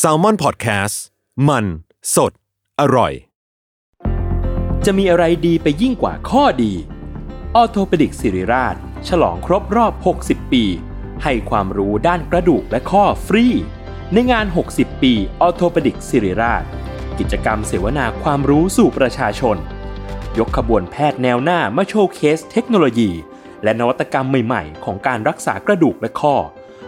s a l ม o n PODCAST มันสดอร่อย จะมีอะไรดีไปยิ่งกว่าข้อดี ออโทเปดิกสิริราช ฉลองครบรอบ 60 ปี ให้ความรู้ด้านกระดูกและข้อฟรี ในงาน 60 ปีออโทเปดิกสิริราช กิจกรรมเสวนาความรู้สู่ประชาชน ยกขบวนแพทย์แนวหน้ามาโชว์เคสเทคโนโลยี และนวัตกรรมใหม่ๆ ของการรักษากระดูกและข้อ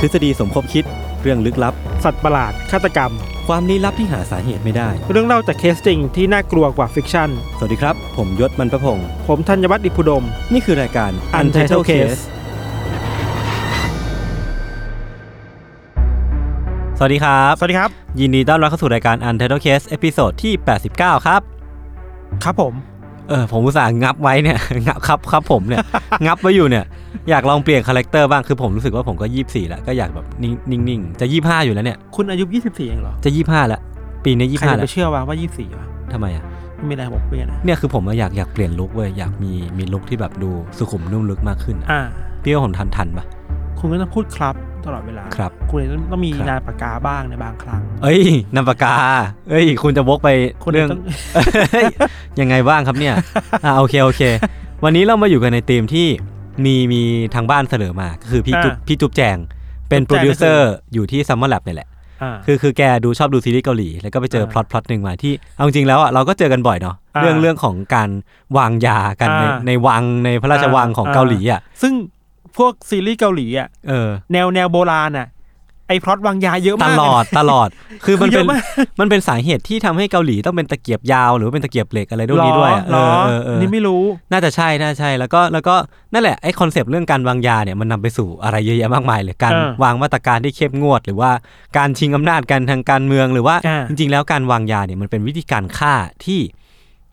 ทฤษฎีสมคบคิด เรื่องลึกลับ สัตว์ประหลาด ฆาตกรรม ความลี้ลับที่หาสาเหตุไม่ได้ เรื่องเล่าจากเคสจริงที่น่ากลัวกว่าฟิกชั่น สวัสดีครับ ผมยศมันประพงศ์ ผมธัญวัฒน์อิพุดม นี่คือรายการ Untitled Case สวัสดีครับ สวัสดีครับ ยินดีต้อนรับเข้าสู่รายการ Untitled Case เอพิโซดที่ 89 ครับ ครับผม เออผมอุตส่าห์งับไว้เนี่ย งับครับครับผมเนี่ย งับไว้อยู่เนี่ย อยากลองเปลี่ยนคาแรคเตอร์บ้างคือผมรู้สึกว่าผมก็ 24 แล้ว ก็อยากแบบนิ่งๆนิ่งๆจะ 25 อยู่แล้วเนี่ย คุณอายุ 24เองเหรอ จะ 25 แล้ว ปีนี้ ใคร 25 จะ แล้ ไป ว เชื่อว่าว่า 24วะ ทำไมอ่ะ ไม่มีอะไรบอกเปลี่ยนนะ เนี่ยคือผมอะอยากอยากเปลี่ยนลุคเว้ยอยากมีมีลุคที่แบบดูสุขุมนุ่มลึกมากขึ้นอะ อ่า พี่ว่าผมทันทันปะ คุณก็ต้องพูดครับตลอดเวลา ครับ คุณเลยต้องมี ครับ งานปากกาบ้างในบางครั้ง เอ้ยนามปากกา เอ้ย คุณจะวกไป คุณ เรื่อง ต้อง เอ้ยยังไงบ้างครับเนี่ย อ่าโอเคโอเค วันนี้เรามาอยู่กันในทีมที่มีมีทางบ้านเสนอมาก็คือพี่ อ่า จุ๊บพี่จุ๊บแจง เป็น จุ๊ โปร บแจง ดิวเซอ ก็ ร์ คือ อยู่ที่ซัมเมอร์แลบนี่แหละ อ่า คือคือแกดูชอบดูซีรีส์เกาหลี แล้วก็ไปเจอ เออ พล็อตพล็อตหนึ่งมาที่เอาจริงๆแล้วอ่ะเราก็เจอกันบ่อยเนาะ อ่า เรื่องเรื่องของการวางยากันใน อ่า ในวังในพระราชวังของ อ่า เกาหลีอ่ะ ซึ่งพวกซีรีส์เกาหลีอ่ะ เออ แนวแนวโบราณอ่ะ ไอพล็อตวางยาเยอะ ต มาก ลอดตลอด คือมัน คือเย เป็น อะมาก มันเป็นสาเหตุที่ทำให้เกาหลีต้องเป็นตะเกียบยาวหรือว่าเป็นตะเกียบเหล็กอะไรพวก หรอ นี้ด้วยอะ หรอ เออเออเอ นี่ อ ไม่รู้ น่าจะใช่น่าจะใช่แล้วก็แล้วก็นั่นแหละไอ้คอนเซปต์เรื่องการวางยาเนี่ยมันนำไปสู่อะไรเยอะแยะมากมายเลยการ เออ วางมาตรการที่เข้มงวด หรือว่าการชิงอำนาจกันทางการเมืองหรือว่า อ่า จริง ๆ แล้วการวางยาเนี่ยมันเป็นวิธีการฆ่าที่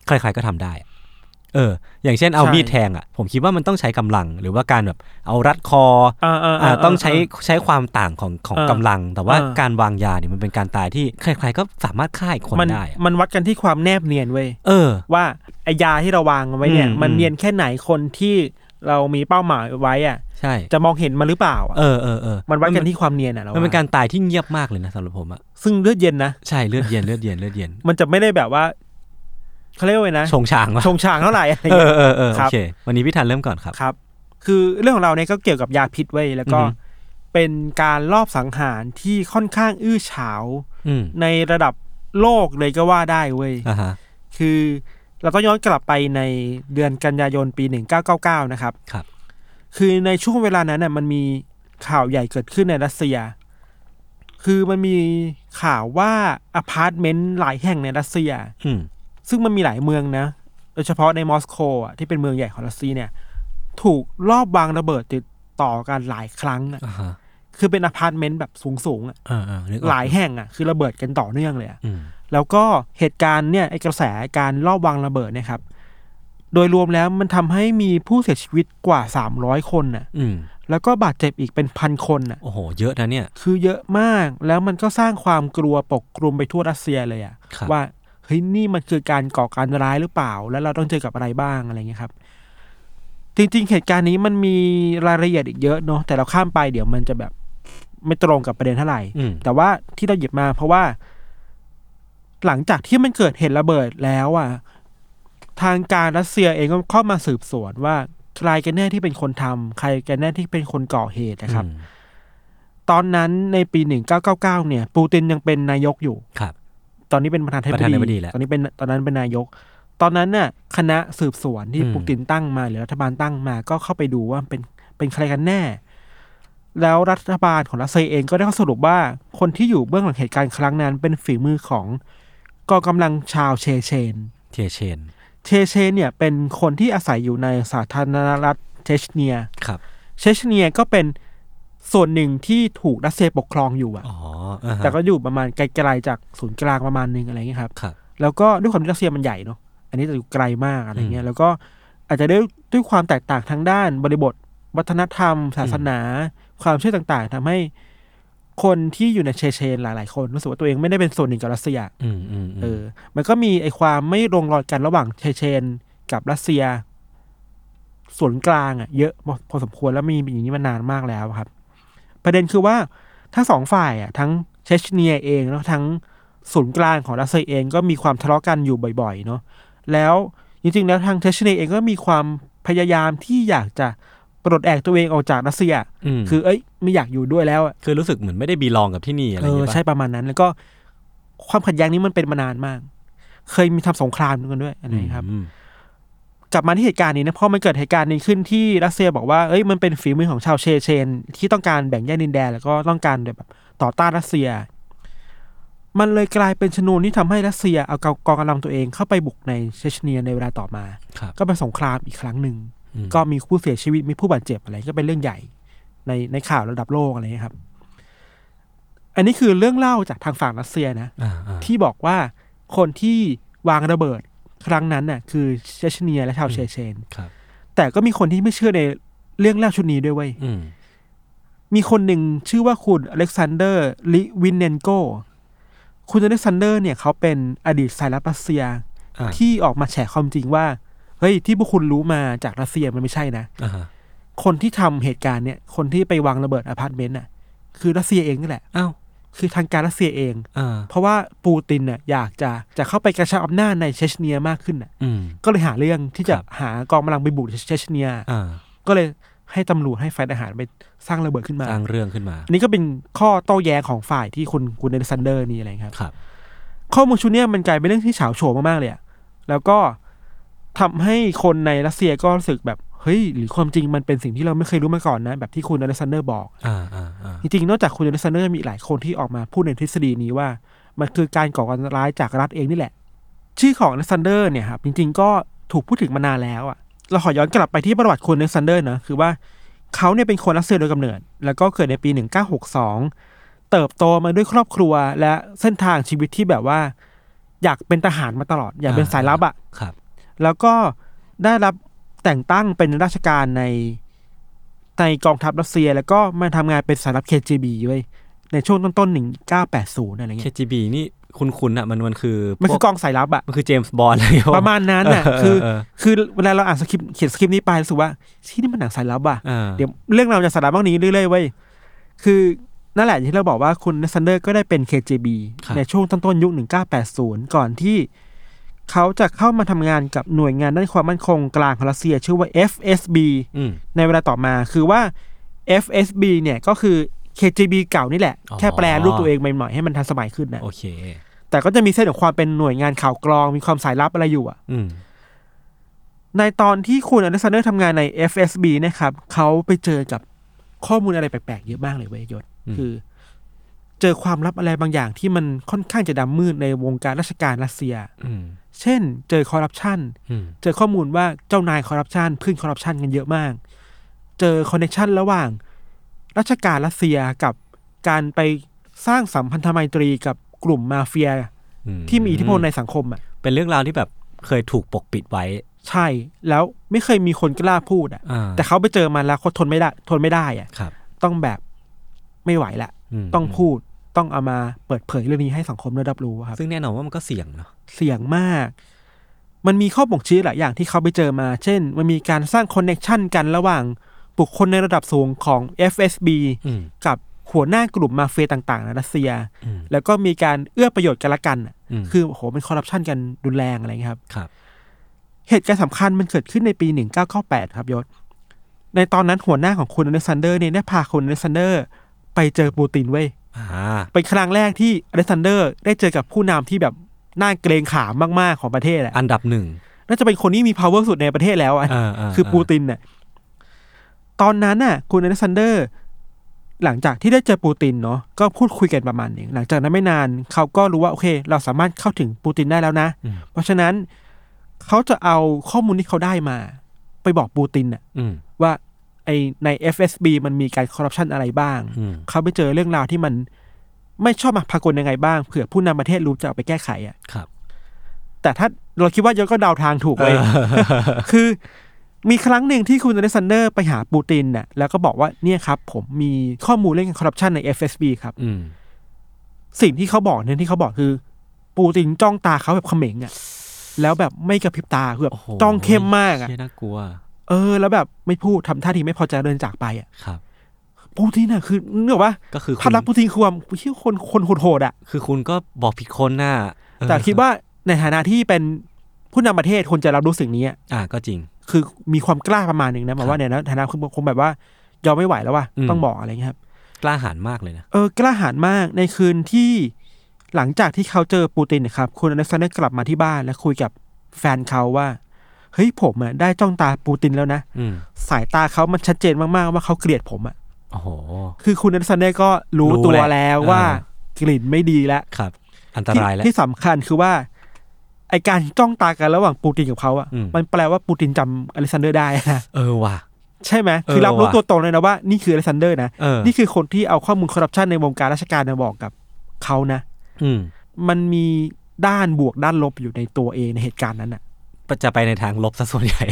ใครๆก็ทำได้อะเออ อย่างเช่นเอามีดแทงอ่ะผมคิดว่ามันต้องใช้กำลังหรือว่าการแบบเอารัดคอ อ่าอ่า อ่า อ่า ต้องใช้ใช้ความต่างของของ เออก ำลัง แต่ว่า เออ การวางยาเนี่ยมันเป็นการตายที่ใครๆก็สามารถฆ่าอีกคน มัน ได้อะ มันวัดกันที่ความแนบเนียนเว้ย เออ ว่าไอยาที่เราวางไว้เนี่ย อืม มัน อืม เนียนแค่ไหนคนที่เรามีเป้าหมายไว้อ่ะ ใช่ จะมองเห็นมันหรือเปล่าอะ เออเออเออ มันวัดกันที่ความเนียนอ่ะ มัน เรา เป็น ว่า การตายที่เงียบมากเลยนะสำหรับผมอะ ซึ่งเลือดเย็นนะ ใช่เลือดเย็นเลือดเย็นเลือดเย็น มันจะไม่ได้แบบว่าเขาเรียกว่าไงนะ ชงช้างวะ ชงชางเท่าไหร่อะไร เอ เงี้ย อเออเออโอครับ เค วันนี้พี่ทันเริ่มก่อนครับ ครับ คือเรื่องของเราเนี่ยก็เกี่ยวกับยาพิษไว้ยแล้วก็ อือฮึ เป็นการลอบสังหารที่ค่อนข้างอื้อฉาว อืม ในระดับโลกเลยก็ว่าได้เว้ย อ่าฮะ คือเราต้องย้อนกลับไปในเดือนกันยายนปี 1999 นะครับ ครับ คือในช่วงเวลานั้นน่ะมันมีข่าวใหญ่เกิดขึ้นในรัสเซีย คือมันมีข่าวว่าอพาร์ตเมนต์หลายแห่งในรัสเซีย อืม ซึ่งมันมีหลายเมืองนะ โดยเฉพาะในมอสโกอ่ะที่เป็นเมืองใหญ่ของรัสเซียเนี่ย ถูกลอบวางระเบิดติดต่อกันหลายครั้งอ่ะ อ่าฮะ คือเป็นอพาร์ตเมนต์แบบสูงๆอ่ะ อ่าอ่านึกออก หลายแห่งอ่ะคือระเบิดกันต่อเนื่องเลยอ่ะ อืม แล้วก็เหตุการณ์เนี่ยไอกระแสการลอบวางระเบิดเนี่ยครับ โดยรวมแล้วมันทำให้มีผู้เสียชีวิตกว่า 300 คนน่ะ อืม แล้วก็บาดเจ็บอีกเป็นพันคนน่ะ โอ้โห เยอะนะเนี่ย คือเยอะมากแล้วมันก็สร้างความกลัวปกคลุมไปทั่วรัสเซียเลยอะ ครับ ว่าเฮ้ยนี่มันคือการก่อการร้ายหรือเปล่า แล้วเราต้องเจอกับอะไรบ้างอะไรเงี้ยครับ จริงๆ เหตุการณ์นี้มันมีรายละเอียดอีกเยอะเนาะแต่เราข้ามไปเดี๋ยวมันจะแบบไม่ตรงกับประเด็นเท่าไหร่ อืม แต่ว่าที่เราหยิบมาเพราะว่า หลังจากที่มันเกิดเหตุระเบิดแล้วอ่ะทางการรัสเซียเองก็เข้ามาสืบสวนว่าใครกันแน่ที่เป็นคนทำใครกันแน่ที่เป็นคนก่อเหตุนะครับ อืม ตอนนั้นในปี 1999 เนี่ย ปูตินยังเป็นนายกอยู่ ครับ ตอนนี้เป็นประธานาธิบ ประธานาธิบดี ดี แล้ว ตอนนี้เป็นตอนนั้นเป็นนายก ตอนนั้นน่ะคณะสืบสวนที่ อืม ปูตินตั้งมา หรือรัฐบาลตั้งมา ก็เข้าไปดูว่าเป็นเป็นใครกันแน่ แล้วรัฐบาลของรัสเซียเองก็ได้ข้อสรุปว่า คนที่อยู่เบื้องหลังเหตุการณ์ครั้งนั้นเป็นฝีมือของกองกำลังชาวเชเชน เทเชน เชเชนเนี่ยเป็นคนที่อาศัยอยู่ในสาธารณรัฐเชชเนีย ครับ เชชเนียก็เป็นส่วนหนึ่งที่ถูกรัสเซียปกครองอยู่อะ อ๋ออ่าฮะ แต่ก็อยู่ประมาณไกลๆจากศูนย์กลางประมาณหนึงอะไรเงี้ยครับ ครับ แล้วก็ด้วยความที่รัสเซียมันใหญ่เนาะ อันนี้จะอยู่ไกลมากอะไรเงี้ย แล้วก็อาจจะด้วยด้วยความแตกต่างทางด้านบริบท วัฒนธรรม ศาสนา ความเชื่อต่างๆทำให้คนที่อยู่ในเชเชนหลายๆ คนรู้สึกว่าตัวเองไม่ได้เป็นส่วนหนึ่งกับรัสเซีย อืมอืมม เออ มันก็มีไอ้ความไม่ลงรอยกันระหว่างเชเชนกับรัสเซีย ส่วนกลางอะเยอะพอพอสมควรแล้วมีอย่างนี้มานานมากแล้วครับ ประเด็นคือว่าทั้งสองฝ่ายอะทั้งเชชเนียเองแล้วทั้งศูนย์กลางของรัสเซียเองก็มีความทะเลาะกันอยู่บ่อยๆเนาะแล้วจริงๆแล้วทางเชชเนียเองก็มีความพยายามที่อยากจะปลดแอกตัวเองออกจากรัสเซีย ม คือเอ้ยไม่อยากอยู่ด้วยแล้วอะ คือรู้สึกเหมือนไม่ได้บีลองกับที่นี่อะไรอ เอย่างอ เงี้ย ใช่ประมาณนั้นแล้วก็ความขัดแย้งนี้มันเป็นมานานมาก เคยมีทำสงครามกันด้วยอะไรอย่างเงี้ยครับ กลับมาที่เหตุการณ์นี้นะเพราะมันเกิดเหตุการณ์นี้ขึ้นที่รัสเซียบอกว่าเอ้ยมันเป็นฝีมือของชาวเชเชน ที่ต้องการแบ่งแยกดินแดนแล้วก็ต้องการแบบต่อต้านรัสเซีย มันเลยกลายเป็นชนวนที่ทำให้รัสเซียเอากองกำลังตัวเองเข้าไปบุกในเชเชเนียในเวลาต่อมา ครับ ก็เป็นสงครามอีกครั้งหนึ่ง อืม ก็มีผู้เสียชีวิตมีผู้บาดเจ็บอะไรก็เป็นเรื่องใหญ่ ในในข่าวระดับโลกอะไรเงี้ยครับ อันนี้คือเรื่องเล่าจากทางฝั่งรัสเซียนะ อ่าอ่า ที่บอกว่าคนที่วางระเบิดครั้งนั้นน่ะ คือเชชเนียและชาวเชเชน ครับ แต่ก็มีคนที่ไม่เชื่อในเรื่องเล่าชุดนี้ด้วยเว้ย อืม มีคนหนึ่งชื่อว่าคุณอเล็กซานเดอร์ลิวินเนนโก คุณอเล็กซานเดอร์เนี่ยเขาเป็นอดีตสายลับรัสเซีย อ่า ที่ออกมาแฉความจริงว่า เฮ้ยที่พวกคุณรู้มาจากรัสเซียมันไม่ใช่นะ อ่าฮะ คนที่ทำเหตุการณ์เนี่ย คนที่ไปวางระเบิดอพาร์ตเมนต์น่ะ คือรัสเซียเองนี่แหละ อ้าว คือทางการรัสเซียเอง อ่า เพราะว่าปูตินน่ะอยากจะจะเข้าไปกระชับอำนาจในเชชเนียมากขึ้นน่ะ อืม ก็เลยหาเรื่องที่จะ ครับ หากองกำลังไปบุกเชชเนีย อ่า ก็เลยให้ตำรวจให้ฝ่ายทหารไปสร้างระเบิดขึ้นมา สร้างเรื่องขึ้นมา อันนี้ก็เป็นข้อโต้แย้งของฝ่ายที่คุณคุณเดนซันเดอร์นี่อะไรครับ ครับ ข้อมูลชุดเนี้ยมันกลายเป็นเรื่องที่เฉาโฉมมากๆเลยอะแล้วก็ทำให้คนในรัสเซียก็รู้สึกแบบเฮ้ยหรือความจริงมันเป็นสิ่งที่เราไม่เคยรู้มาก่อนนะ แบบที่คุณอเล็กซานเดอร์บอก อ่าอ่าอ่า จริงๆ นอกจากคุณอเล็กซานเดอร์มีหลายคนที่ออกมาพูดในทฤษฎีนี้ว่า มันคือการก่อการร้ายจากรัฐเองนี่แหละ ชื่อของอเล็กซานเดอร์เนี่ยครับจริงๆ ก็ถูกพูดถึงมานานแล้วอะเราขอย้อนกลับไปที่ประวัติคุณอเล็กซานเดอร์นะคือว่าเขาเนี่ยเป็นคนรัสเซียโดยกำเนิด แล้วก็เกิดในปี 1962 เติบโตมาด้วยครอบครัวและเส้นทางชีวิตที่แบบว่า อยากเป็นทหารมาตลอด อยากเป็นสายลับอะ ครับ แล้วก็ได้รับแต่งตั้งเป็นราชการในในกองทัพรัสเซีย แล้วก็มาทำงานเป็นสายลับ KGB ไว้ยในช่วงต้นๆหนึ่งเก้าแปดศูนย์อะไรเงี้ย KGB นี่คุณคุณอะมันมันคือ มันคือก พว องสายลับอะ มันคือเจมส์บอลอะไรอย่งเงี้ย ประมาณนั้นน่ะ เเ คือ เ คือเวลาเราอ่านสคริปต์เขียนสคริปต์นี้ไปรู้สึกว่าที่นี่มันหนังสายลับอะ เออ เดี๋ยวเรื่องเราวจะสายลับบ้างนี้เรื่อยๆเว้ยคือนั่นแหละอย่างที่เราบอกว่าคุณซันเดอร์ก็ได้เป็น KGB ในช่วงต้นๆยุคหนึ่งเก้าแปดศูนย์ก่อนที่เขาจะเข้ามาทำงานกับหน่วยงานด้านความมั่นคงกลางของรัสเซีย ชื่อว่า FSB อืม ในเวลาต่อมาคือว่า FSB เนี่ยก็คือ KGB เก่านี่แหละ อ๋อ แค่แปลรูปตัวเองใหม่ๆให้มันทันสมัยขึ้นนะ โอเค แต่ก็จะมีเส้นของความเป็นหน่วยงานข่าวกรองมีความสายลับอะไรอยู่อะ อืม ในตอนที่คุณอเล็กซานเดอร์ทำงานใน FSB เนะครับเขาไปเจอกับข้อมูลอะไรแปลกๆเยอะมากเลยเว้ยยศคือ เจอความลับอะไรบางอย่างที่มันค่อนข้างจะดำมืดในวงการราชการรัสเซีย อืม เช่น เจอคอร์รัปชัน อืม เจอข้อมูลว่าเจ้านายคอร์รัปชันเพื่อนคอร์รัปชันกันเยอะมาก เจอคอนเนคชันระหว่างราชการรัสเซียกับการไปสร้างสัมพันธไมตรีกับกลุ่มมาเฟีย อื ที่มีอิทธิพลในสังคมอ่ะ เป็นเรื่องราวที่แบบเคยถูกปกปิดไว้ ใช่ แล้วไม่เคยมีคนกล้าพูดอ่ะ อ่า แต่เขาไปเจอมาแล้วเขาทนไม่ได้ ทนไม่ได้อ่ะ ครับ ต้องแบบไม่ไหวละ ม ต้องพูด ต้องเอามาเปิดเผยเรื่องนี้ให้สังคมได้รับรู้อะครับ ซึ่งแน่นอนว่ามันก็เสี่ยงเนาะ เสี่ยงมาก มันมีข้อบ่งชี้หลายอย่างที่เขาไปเจอมา เช่น มันมีการสร้างคอนเน็ชันกันระหว่างบุคคลในระดับสูงของ FSB อืม กับหัวหน้ากลุ่มมาเฟียต่างๆในรัสเซีย อืม แล้วก็มีการเอื้อประโยชน์กันละกันน่ะ ม คือโอ้โหเป็นคอร์รัปชันกันรุนแรงอะไรเงี้ยครับ ครับ เหตุการณ์สำคัญมันเกิดขึ้นในปี 1998 ครับยศ ในตอนนั้นหัวหน้าของคุณอเล็กซานเดอร์เนี่ยได้พาคุณอเล็กซานเดอร์ไปเจอปูตินเว้ย อ่า เป็นครั้งแรกที่อเล็กซานเดอร์ได้เจอกับผู้นำที่แบบน่าเกรงขามมากๆของประเทศอะ อันดับหนึ่ง น่าจะเป็นคนที่มี power สุดในประเทศแล้วอะ อ่าา คือปูตินน่ะ ตอนนั้นน่ะ คุณอเล็กซานเดอร์ หลังจากที่ได้เจอปูตินเนาะ ก็พูดคุยกันประมาณหนึ่ง หลังจากนั้นไม่นาน เขาก็รู้ว่าโอเค เราสามารถเข้าถึงปูตินได้แล้วนะ อืม เพราะฉะนั้นเขาจะเอาข้อมูลที่เขาได้มา ไปบอกปูตินน่ะ อืม ว่า ไอใน FSB มันมีการคอร์รัปชันอะไรบ้าง อืม เขาไปเจอเรื่องราวที่มันไม่ชอบมาพากลยังไงบ้างเผื่อผู้นำประเทศรู้จะเอาไปแก้ไขอ่ะ ครับ แต่ถ้าเราคิดว่ายศก็เดาทางถูก เอ เลย อ คือมีครั้งหนึ่งที่คุณอเล็กซานเดอร์ไปหาปูตินน่ะแล้วก็บอกว่าเนี่ยครับ ผมมีข้อมูลเรื่องคอร์รัปชันใน FSB ครับ อืม สิ่งที่เขาบอกเนี่ยที่เขาบอกคือ ปูตินจ้องตาเขาแบบเขม็งอ่ะแล้วแบบไม่กระพริบตาคือแบบ โโห จ้องเข้มมากอ่ะ เชี่ยน่ากลัว เออ แล้วแบบไม่พูดทำท่าทีไม่พอใจเดินจากไปอ่ะ ครับ ปูตินน่ะคือเนกออกปะ ก็คือ ภาพลักษณ์ คุ ปู ณ ตินคือความเชี่ยคนคนโหดๆอ่ะ คือคุณก็บอกผิดคนน่ะเออ แต่คิดว่าในฐานะที่เป็นผู้นำประเทศคนจะรับรู้สิ่งนี้อะ อ่าก็จริง คือมีความกล้าประมาณหนึ่งนะหมายว่าเนี่ยนะฐานะคือคงแบบว่ายอมไม่ไหวแล้วว่า อืม ต้องบอกอะไรเงี้ยครับ กล้าหาญมากเลยนะ เออกล้าหาญมากในคืนที่หลังจากที่เขาเจอปูตินเนะครับคุณอเล็กซานเดอร์กลับมาที่บ้านและคุยกับแฟนเขาว่าเฮ้ยผมอะได้จ้องตาปูตินแล้วนะ อืม สายตาเขามันชัดเจนมากๆว่าเขาเกลียดผมอะ โอ้โห คือคุณอเล็กซานเดอร์ก็รู้ รู้ ตัว แหละ แล้วว่า อ่ กลิ่นไม่ดีแล้ว ครับ อันตรายแล้ว ที่ที่สำคัญคือว่า ไอการจ้องตากันระหว่างปูตินกับเขาอะ อืม มันแปลว่าปูตินจำอเล็กซานเดอร์ได้นะ เออว่ะ ใช่ไหม เออ คือรับรู้ ว่ะ ตัวตนเลยนะว่า นี่คืออเล็กซานเดอร์นะ เออ นี่คือคนที่เอาข้อมูลคอร์รัปชันในวงการราชการมาบอกกับเขานะ อืม มันมีด้านบวกด้านลบอยู่ในตัวเองในเหตุการณ์นั้นอะ จะไปในทางลบซะส่วนใหญ่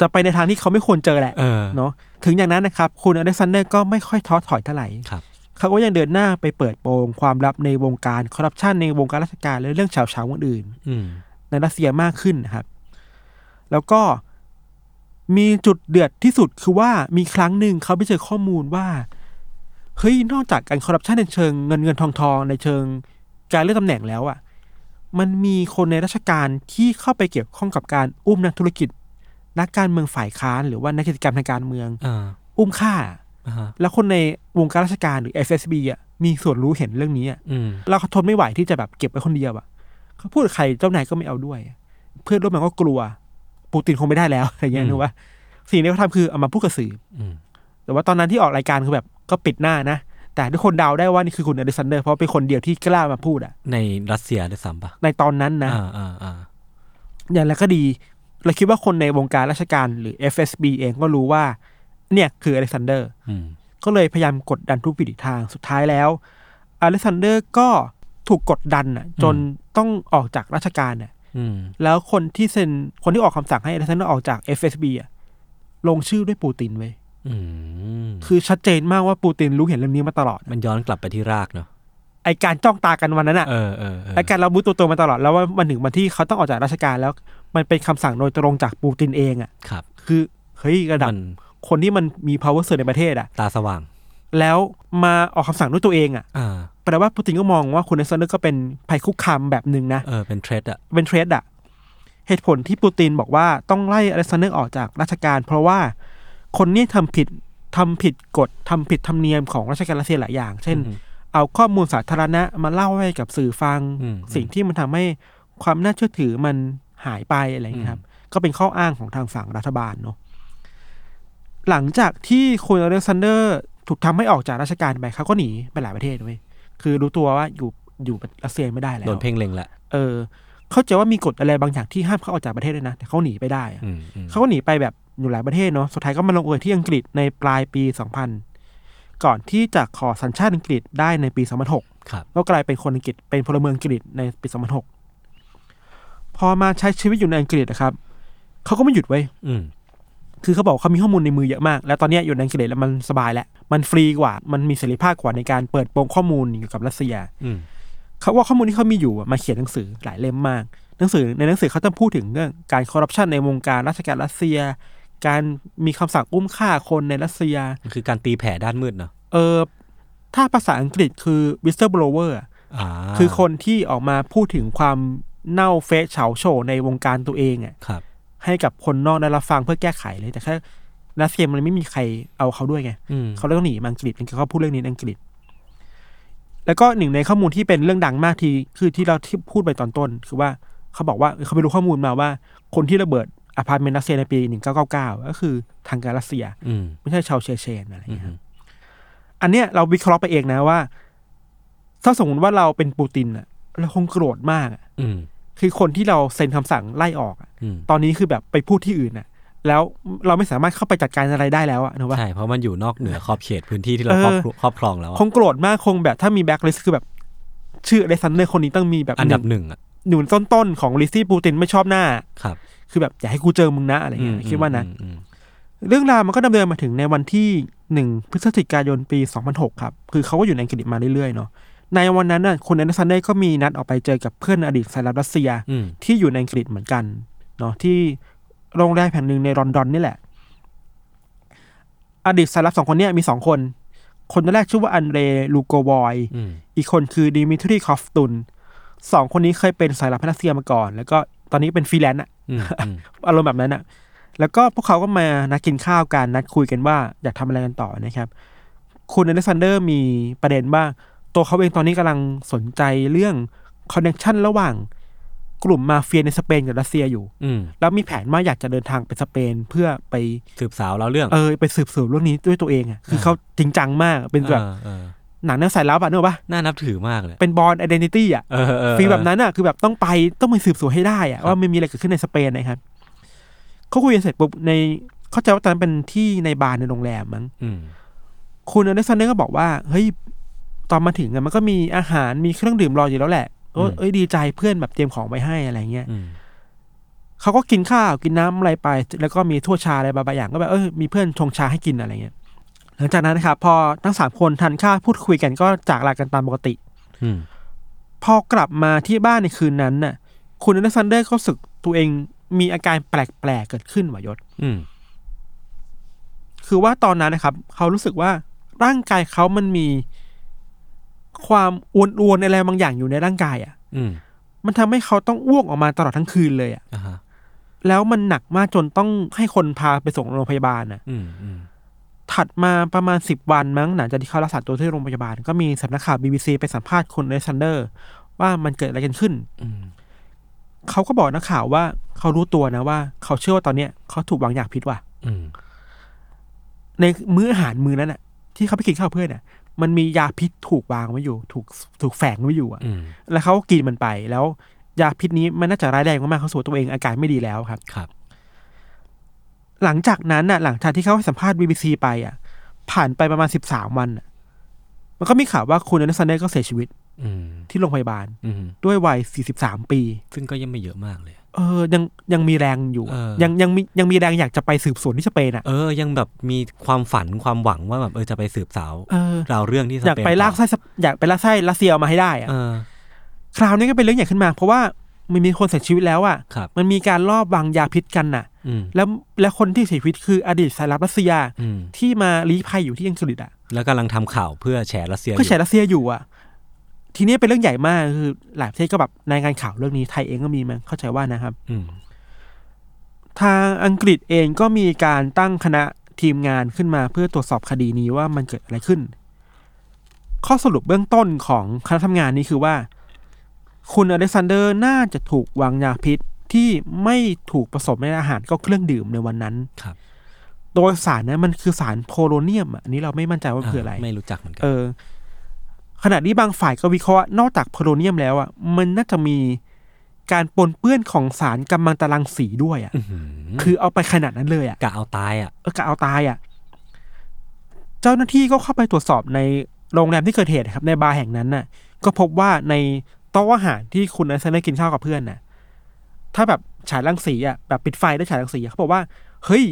จะไปในทางที่เขาไม่ควรเจอแหละ เออ เนาะถึงอย่างนั้นนะครับ คุณอเล็กซานเดอร์ก็ไม่ค่อยท้อถอยเท่าไหร่ ครับ เขาก็ยังเดินหน้าไปเปิดโปงความลับในวงการคอร์รัปชันในวงการราชการและเรื่องเฉาเฉาๆอื่นๆ อืม ในรัสเซียมากขึ้นนะครับ แล้วก็มีจุดเดือดที่สุดคือว่ามีครั้งหนึ่งเขาไปเจอข้อมูลว่า เฮ้ย นอกจากการคอร์รัปชันในเชิงเงินเงินทองทองในเชิงการเลือกตำแหน่งแล้วอะ่ะ มันมีคนในราชการที่เข้าไปเกี่ยวข้องกับการอุ้มนักธุรกิจ นักการเมืองฝ่ายค้านหรือว่านักกิจกรรมทางการเมือง อ่า อุ้มฆ่า อ่าฮะ แล้วคนในวงการราชการหรือ FSB อะ่ะมีส่วนรู้เห็นเรื่องนี้อะ อืม เราทนไม่ไหวที่จะแบบเก็บไว้คนเดียวอะเขาพูดกับใครเจ้านายก็ไม่เอาด้วย เพื่อนร่วมงานก็กลัว ปูตินคงไม่ได้แล้ว อะไรเงี้ยนึกว่า สิ่งที่เขาทำคือเอามาพูดกับสื่อ อืม แต่ว่าตอนนั้นที่ออกรายการคือแบบก็ปิดหน้านะ แต่ทุกคนเดาได้ว่านี่คือคุณอเดซันเดอร์ เพราะเป็นคนเดียวที่กล้ามาพูดอะ ในรัสเซียด้วยซ้ำปะ ในตอนนั้นนะ อ่าอ่าอ่า อย่างไรก็ดี เราคิดว่าคนในวงการราชการหรือ FSB เองก็รู้ว่า เนี่ยคืออเล็กซานเดอร์ อืม ก็เลยพยายามกดดันทุกวิถีทางสุดท้ายแล้ว อเล็กซานเดอร์ก็ถูกกดดันน่ะ จนต้องออกจากราชการน่ะ อืม แล้วคนที่เซ็นคนที่ออกคำสั่งให้อเล็กซานเดอร์ออกจาก FSB อะลงชื่อด้วยปูตินไว้ย อืม คือชัดเจนมากว่าปูตินรู้เห็นเรื่องนี้มาตลอด มันย้อนกลับไปที่รากเนาะ ไอการจ้องตากันวันนั้นอะ เออเออเออ ไอการรับรู้ตัวตนมาตลอดแล้วว่ามันถึงวันที่เขาต้องออกจากราชการแล้ว มันเป็นคำสั่งโดยตรงจากปูตินเองอะ ครับ คือเฮ้ยระดับ มัน คนที่มันมี power สุดในประเทศอะ ตาสว่าง แล้วมาออกคำสั่งด้วยตัวเองอะ อ่า แปลว่าปูตินก็มองว่าคุณอเล็กซานเดอร์ก็เป็นภัยคุกคามแบบหนึ่งนะ เออเป็นเทรดอะ เป็นเทรดอะเหตุผลที่ปูตินบอกว่าต้องไล่อเล็กซานเดอร์ออกจากราชการ เพราะว่าคนเนี้ทำผิดทำผิดกฎทำผิดธรรมเนียมของราชการรัสเซียหลายอย่าง เช่น เอาข้อมูลสาธารณะมาเล่าให้กับสื่อฟัง อืม สิ่งที่มันทำให้ความน่าเชื่อถือมันหายไปอะไรอย่างเงี้ยครับ ก็เป็นข้ออ้างของทางฝั่งรัฐบาลเนาะหลังจากที่คุณอเล็กซานเดอร์ถูกทำให้ออกจากราชการไปเขาก็หนีไปหลายประเทศเว้ยคือรู้ตัวว่าอยู่อยู่รัสเซียไม่ได้แล้ว โดนเพ่งเล็งละ เออ เข้าใจว่ามีกฎอะไรบางอย่างที่ห้ามเขาออกจากประเทศด้วยนะ แต่เขาหนีไปได้อะ อืมอืม เขาก็หนีไปแบบอยู่หลายประเทศเนาะ สุดท้ายก็มาลงเอยที่อังกฤษในปลายปี 2000 ก่อนที่จะขอสัญชาติอังกฤษได้ในปี 2006 ครับ ก็กลายเป็นคนอังกฤษเป็นพลเมืองอังกฤษในปี 2006 พอมาใช้ชีวิตอยู่ในอังกฤษนะครับ เขาก็ไม่หยุดไว้ย อืม คือเขาบอกเขามีข้อมูลในมือเยอะมาก แล้วตอนเนี้ยอยู่ในอังกฤษแล้วมันสบายแล้ว มันฟรีกว่า มันมีเสรีภาพกว่าในการเปิดโปงข้อมูลเกี่ยวกับรัสเซีย อืม เขาว่าข้อมูลที่เขามีอยู่อะมาเขียนหนังสือหลายเล่มมาก หนังสือในหนังสือเขาจะพูดถึงเรื่องการคอร์รัปชันในวงการราชการรัสเซีย การมีคำสั่งอุ้มฆ่าคนในรัสเซีย มันคือการตีแผ่ด้านมืดเนาะ เออถ้าภาษาอังกฤษคือ whistleblower อะ อ่า คือคนที่ออกมาพูดถึงความเน่าเฟะเฉาโฉในวงการตัวเองอ่ะ ครับ ให้กับคนนอกได้รับฟังเพื่อแก้ไขเลยแต่แค่รัสเซียมันไม่มีใครเอาเขาด้วยไง อืม เขาเลยต้องหนีมาอังกฤษเขาก็พูดเรื่องนี้ในอังกฤษ แล้วก็หนึ่งในข้อมูลที่เป็นเรื่องดังมากที่คือที่เราที่พูดไปตอนต้น คือว่าเขาบอกว่าเขาไปรู้ข้อมูลมาว่า คนที่ระเบิดอพาร์ตเมนต์รัสเซียในปี 1999 ก็คือทางการรัสเซีย อืม ไม่ใช่ชาวเชเชนอะไรอ อืมย่างเงี้ยครับอันเนี้ยเราวิเคราะห์ไปเองนะว่า ถ้าสมมติว่าเราเป็นปูตินอะเราคงโกรธมากอะ อืม คือคนที่เราเซ็นคำสั่งไล่ออกอะ อืม ตอนนี้คือแบบไปพูดที่อื่นอะ แล้วเราไม่สามารถเข้าไปจัดการอะไรได้แล้วอะนึกว่า ใช่เพราะมันอยู่นอกเหนือขอบเขตพื้นที่ที่เรา เออ ครอบครัวครอบครองแล้วอะ คงโกรธมากคงแบบถ้ามีแบ็คลิสคือแบบ ชื่อเลซันเดอร์คนนี้ต้องมีแบบ อันดับหนึ่งอะ หนุนต้นๆของลิซที่ปูตินไม่ชอบหน้า ครับ คือแบบอย่าให้กูเจอมึงนะอะไรเงี้ยคิดว่านะ อืมอืม เรื่องราวมันก็ดำเนินมาถึงในวันที่หนึ่งพฤศจิกายนปี 2006 ครับ คือเขาก็อยู่ในอังกฤษมาเรื่อยๆเนาะในวันนั้นน่ะคุณแอนเดอร์สันเดย์ก็มีนัดออกไปเจอกับเพื่อนอดีตสายลับรัสเซีย อืม ที่อยู่ในอังกฤษเหมือนกันเนาะที่โรงแรมแห่งหนึ่งในลอนดอนนี่แหละ อดีตสายลับสองคนเนี้ยมีสองคน คนแรกชื่อว่าอันเดรลูโกวอย อืม อีกคนคือดิมิทรีคอฟตุนสองคนนี้เคยเป็นสายลับรัสเซียมาก่อน แล้วก็ตอนนี้เป็นฟรีแลนซ์อะ อืมอืม อารมณ์แบบนั้นอะแล้วก็พวกเขาก็มานัดกินข้าวกันนัดคุยกันว่าอยากทำอะไรกันต่อนะครับ คุณอเล็กซานเดอร์มีประเด็นว่าตัวเขาเองตอนนี้กำลังสนใจเรื่องคอนเน t ชันระหว่างกลุ่มมาเฟียในสเปนกับรัสเซียอยู่ อืม แล้วมีแผนว่าอยากจะเดินทางไปสเปนเพื่อไป สืบสาวเราเรื่อง เออไปสืบสวนเรื่องนี้ด้วยตัวเองอะคือเขาจริงจังมากเป็นแบบ เออเออ หนังแนวสายลับอะนึกออกปะ น่านับถือมากเลย เป็นบอลไอดีนิตี้อะ เออเออ ฟีลแบบนั้นอ่ะคือแบบต้องไปต้องไปสืบสวนให้ได้อ่ะว่ามันมีอะไรเกิดขึ้นในสเปนนะครับเขาคุยกันเสร็จปุ๊บในเข้าใจว่าตอนนั้นเป็นที่ในบาร์ในโรงแรมมั้ง อืม คุณอเล็กซานเดอร์ก็บอกว่าเฮ้ยตอนมาถึงอะมันก็มีอาหารมีเครื่องดื่มรออยู่แล้วแหละเออเอ้ยดีใจเพื่อนแบบเตรียมของไว้ให้อะไรเงี้ย อืม เขาก็กินข้าวกินน้ำอะไรไป แล้วก็มีถ้วยชาอะไรบางอย่างก็แบบเออมีเพื่อนชงชาให้กินอะไรเงี้ยหลังจากนั้นนะครับพอทั้งสามคนทานข้าวพูดคุยกันก็จากลากันตามปกติ อืม พอกลับมาที่บ้านในคืนนั้นน่ะ คุณอเล็กซานเดอร์ก็รู้สึกตัวเองมีอาการแปลกๆเกิดขึ้นวะยศ อืม คือว่าตอนนั้นนะครับ เขารู้สึกว่าร่างกายเขามันมีความอ้วนๆอะไรบางอย่างอยู่ในร่างกายอะ่ะ อืม มันทำให้เขาต้องอ้วกออกมาตลอดทั้งคืนเลยอะ่ะ อ่าฮะ แล้วมันหนักมากจนต้องให้คนพาไปส่งโรงพยาบาลน่ะ อืมอืม ถัดมาประมาณสิบวันมั้งหลังจากที่เขารักษาตัวที่โรงพยาบาล ก็มีสำนักข่าวบีบีซีไปสัมภาษณ์คุณอเล็กซานเดอร์ ว่ามันเกิดอะไรกันขึ้น อืม เขาก็บอกนักข่าวว่าเขารู้ตัวนะว่าเขาเชื่อว่าตอนเนี้ยเขาถูกวางยาพิษว่ะ อืม ในมื้ออาหารมื้อนั้นน่ะ ที่เขาไปกินข้าวกับเพื่อนน่ะ มันมียาพิษถูกวางไว้อยู่ ถูกถูกแฝงไว้อยู่อ่ะ อืม แล้วเขาก็กินมันไปแล้ว ยาพิษนี้มันน่าจะร้ายแรงมากๆเขาสูดตัวเองอาการไม่ดีแล้วครับ ครับ หลังจากนั้นน่ะ หลังจากที่เขาให้สัมภาษณ์บีบีซีไปอ่ะ ผ่านไปประมาณสิบสามวันน่ะมันก็มีข่าวว่าคุณอเนสันเดอร์ก็เสียชีวิต อืม ที่โรงพยาบาล อืม ด้วยวัยสี่สิบสามปี ซึ่งก็ยังไม่เยอะมากเลย เออ ยังยังมีแรงอยู่อะ เออ ยังยังมียังมีแรงอยากจะไปสืบสวนที่สเปนอ่ะ เออ ยังแบบมีความฝันความหวังว่าแบบเออจะไปสืบสาว เออ ราวเรื่องที่ส อยาก เปน ไปลาก ต่ ไส้สเปอยากไปลากไส้รัสเซียมาให้ได้อะ เออ คราวนี้ก็เป็นเรื่องใหญ่ขึ้นมา เพราะว่ามันมีคนเสียชีวิตแล้วอะ ครับ มันมีการลอบวางยาพิษกันน่ะ อืม แล้วและคนที่เสียชีวิตคืออดีตสายลับรัสเซีย อืม ที่มาลี้ภัยอยู่ที่อังกฤษอะ แล้วกำลังทำข่าวเพื่อแฉรัสเซีย เพื่อแฉ ยู่ รัสเซียอยู่อะทีนี้เป็นเรื่องใหญ่มากคือหลายประเทศก็แบบในงานข่าวเรื่องนี้ไทยเองก็มีมั้งเข้าใจว่านะครับ อืม ทางอังกฤษเองก็มีการตั้งคณะทีมงานขึ้นมาเพื่อตรวจสอบคดีนี้ว่ามันเกิดอะไรขึ้น ข้อสรุปเบื้องต้นของคณะทำงานนี้คือว่า คุณอเล็กซานเดอร์น่าจะถูกวางยาพิษที่ไม่ถูกผสมในอาหารก็เครื่องดื่มในวันนั้น ครับ โดยสารนั้นมันคือสารโพโลเนียมอะอันนี้เราไม่มั่นใจว่ามันคืออะไร าไม่รู้จักเหมือนกั เออ ขณะที่บางฝ่ายก็วิเคราะห์ว่านอกจากโพโลเนียมแล้วอ่ะมันน่าจะมีการปนเปื้อนของสารกัมมันตรังสีด้วยอ่ะ อื้อหือ คือเอาไปขนาดนั้นเลยอ่ะ กะเอาตายอ่ะ เออกะเอาตายอ่ะ เจ้าหน้าที่ก็เข้าไปตรวจสอบในโรงแรมที่เกิดเหตุนะครับ ในบาร์แห่งนั้นน่ะ ก็พบว่าในโต๊ะอาหารที่คุณนันเซนได้กินข้าวกับเพื่อนน่ะ ถ้าแบบฉายรังสีอ่ะแบบปิดไฟได้ฉายรังสีอะเขาบอกว่า เฮ้ย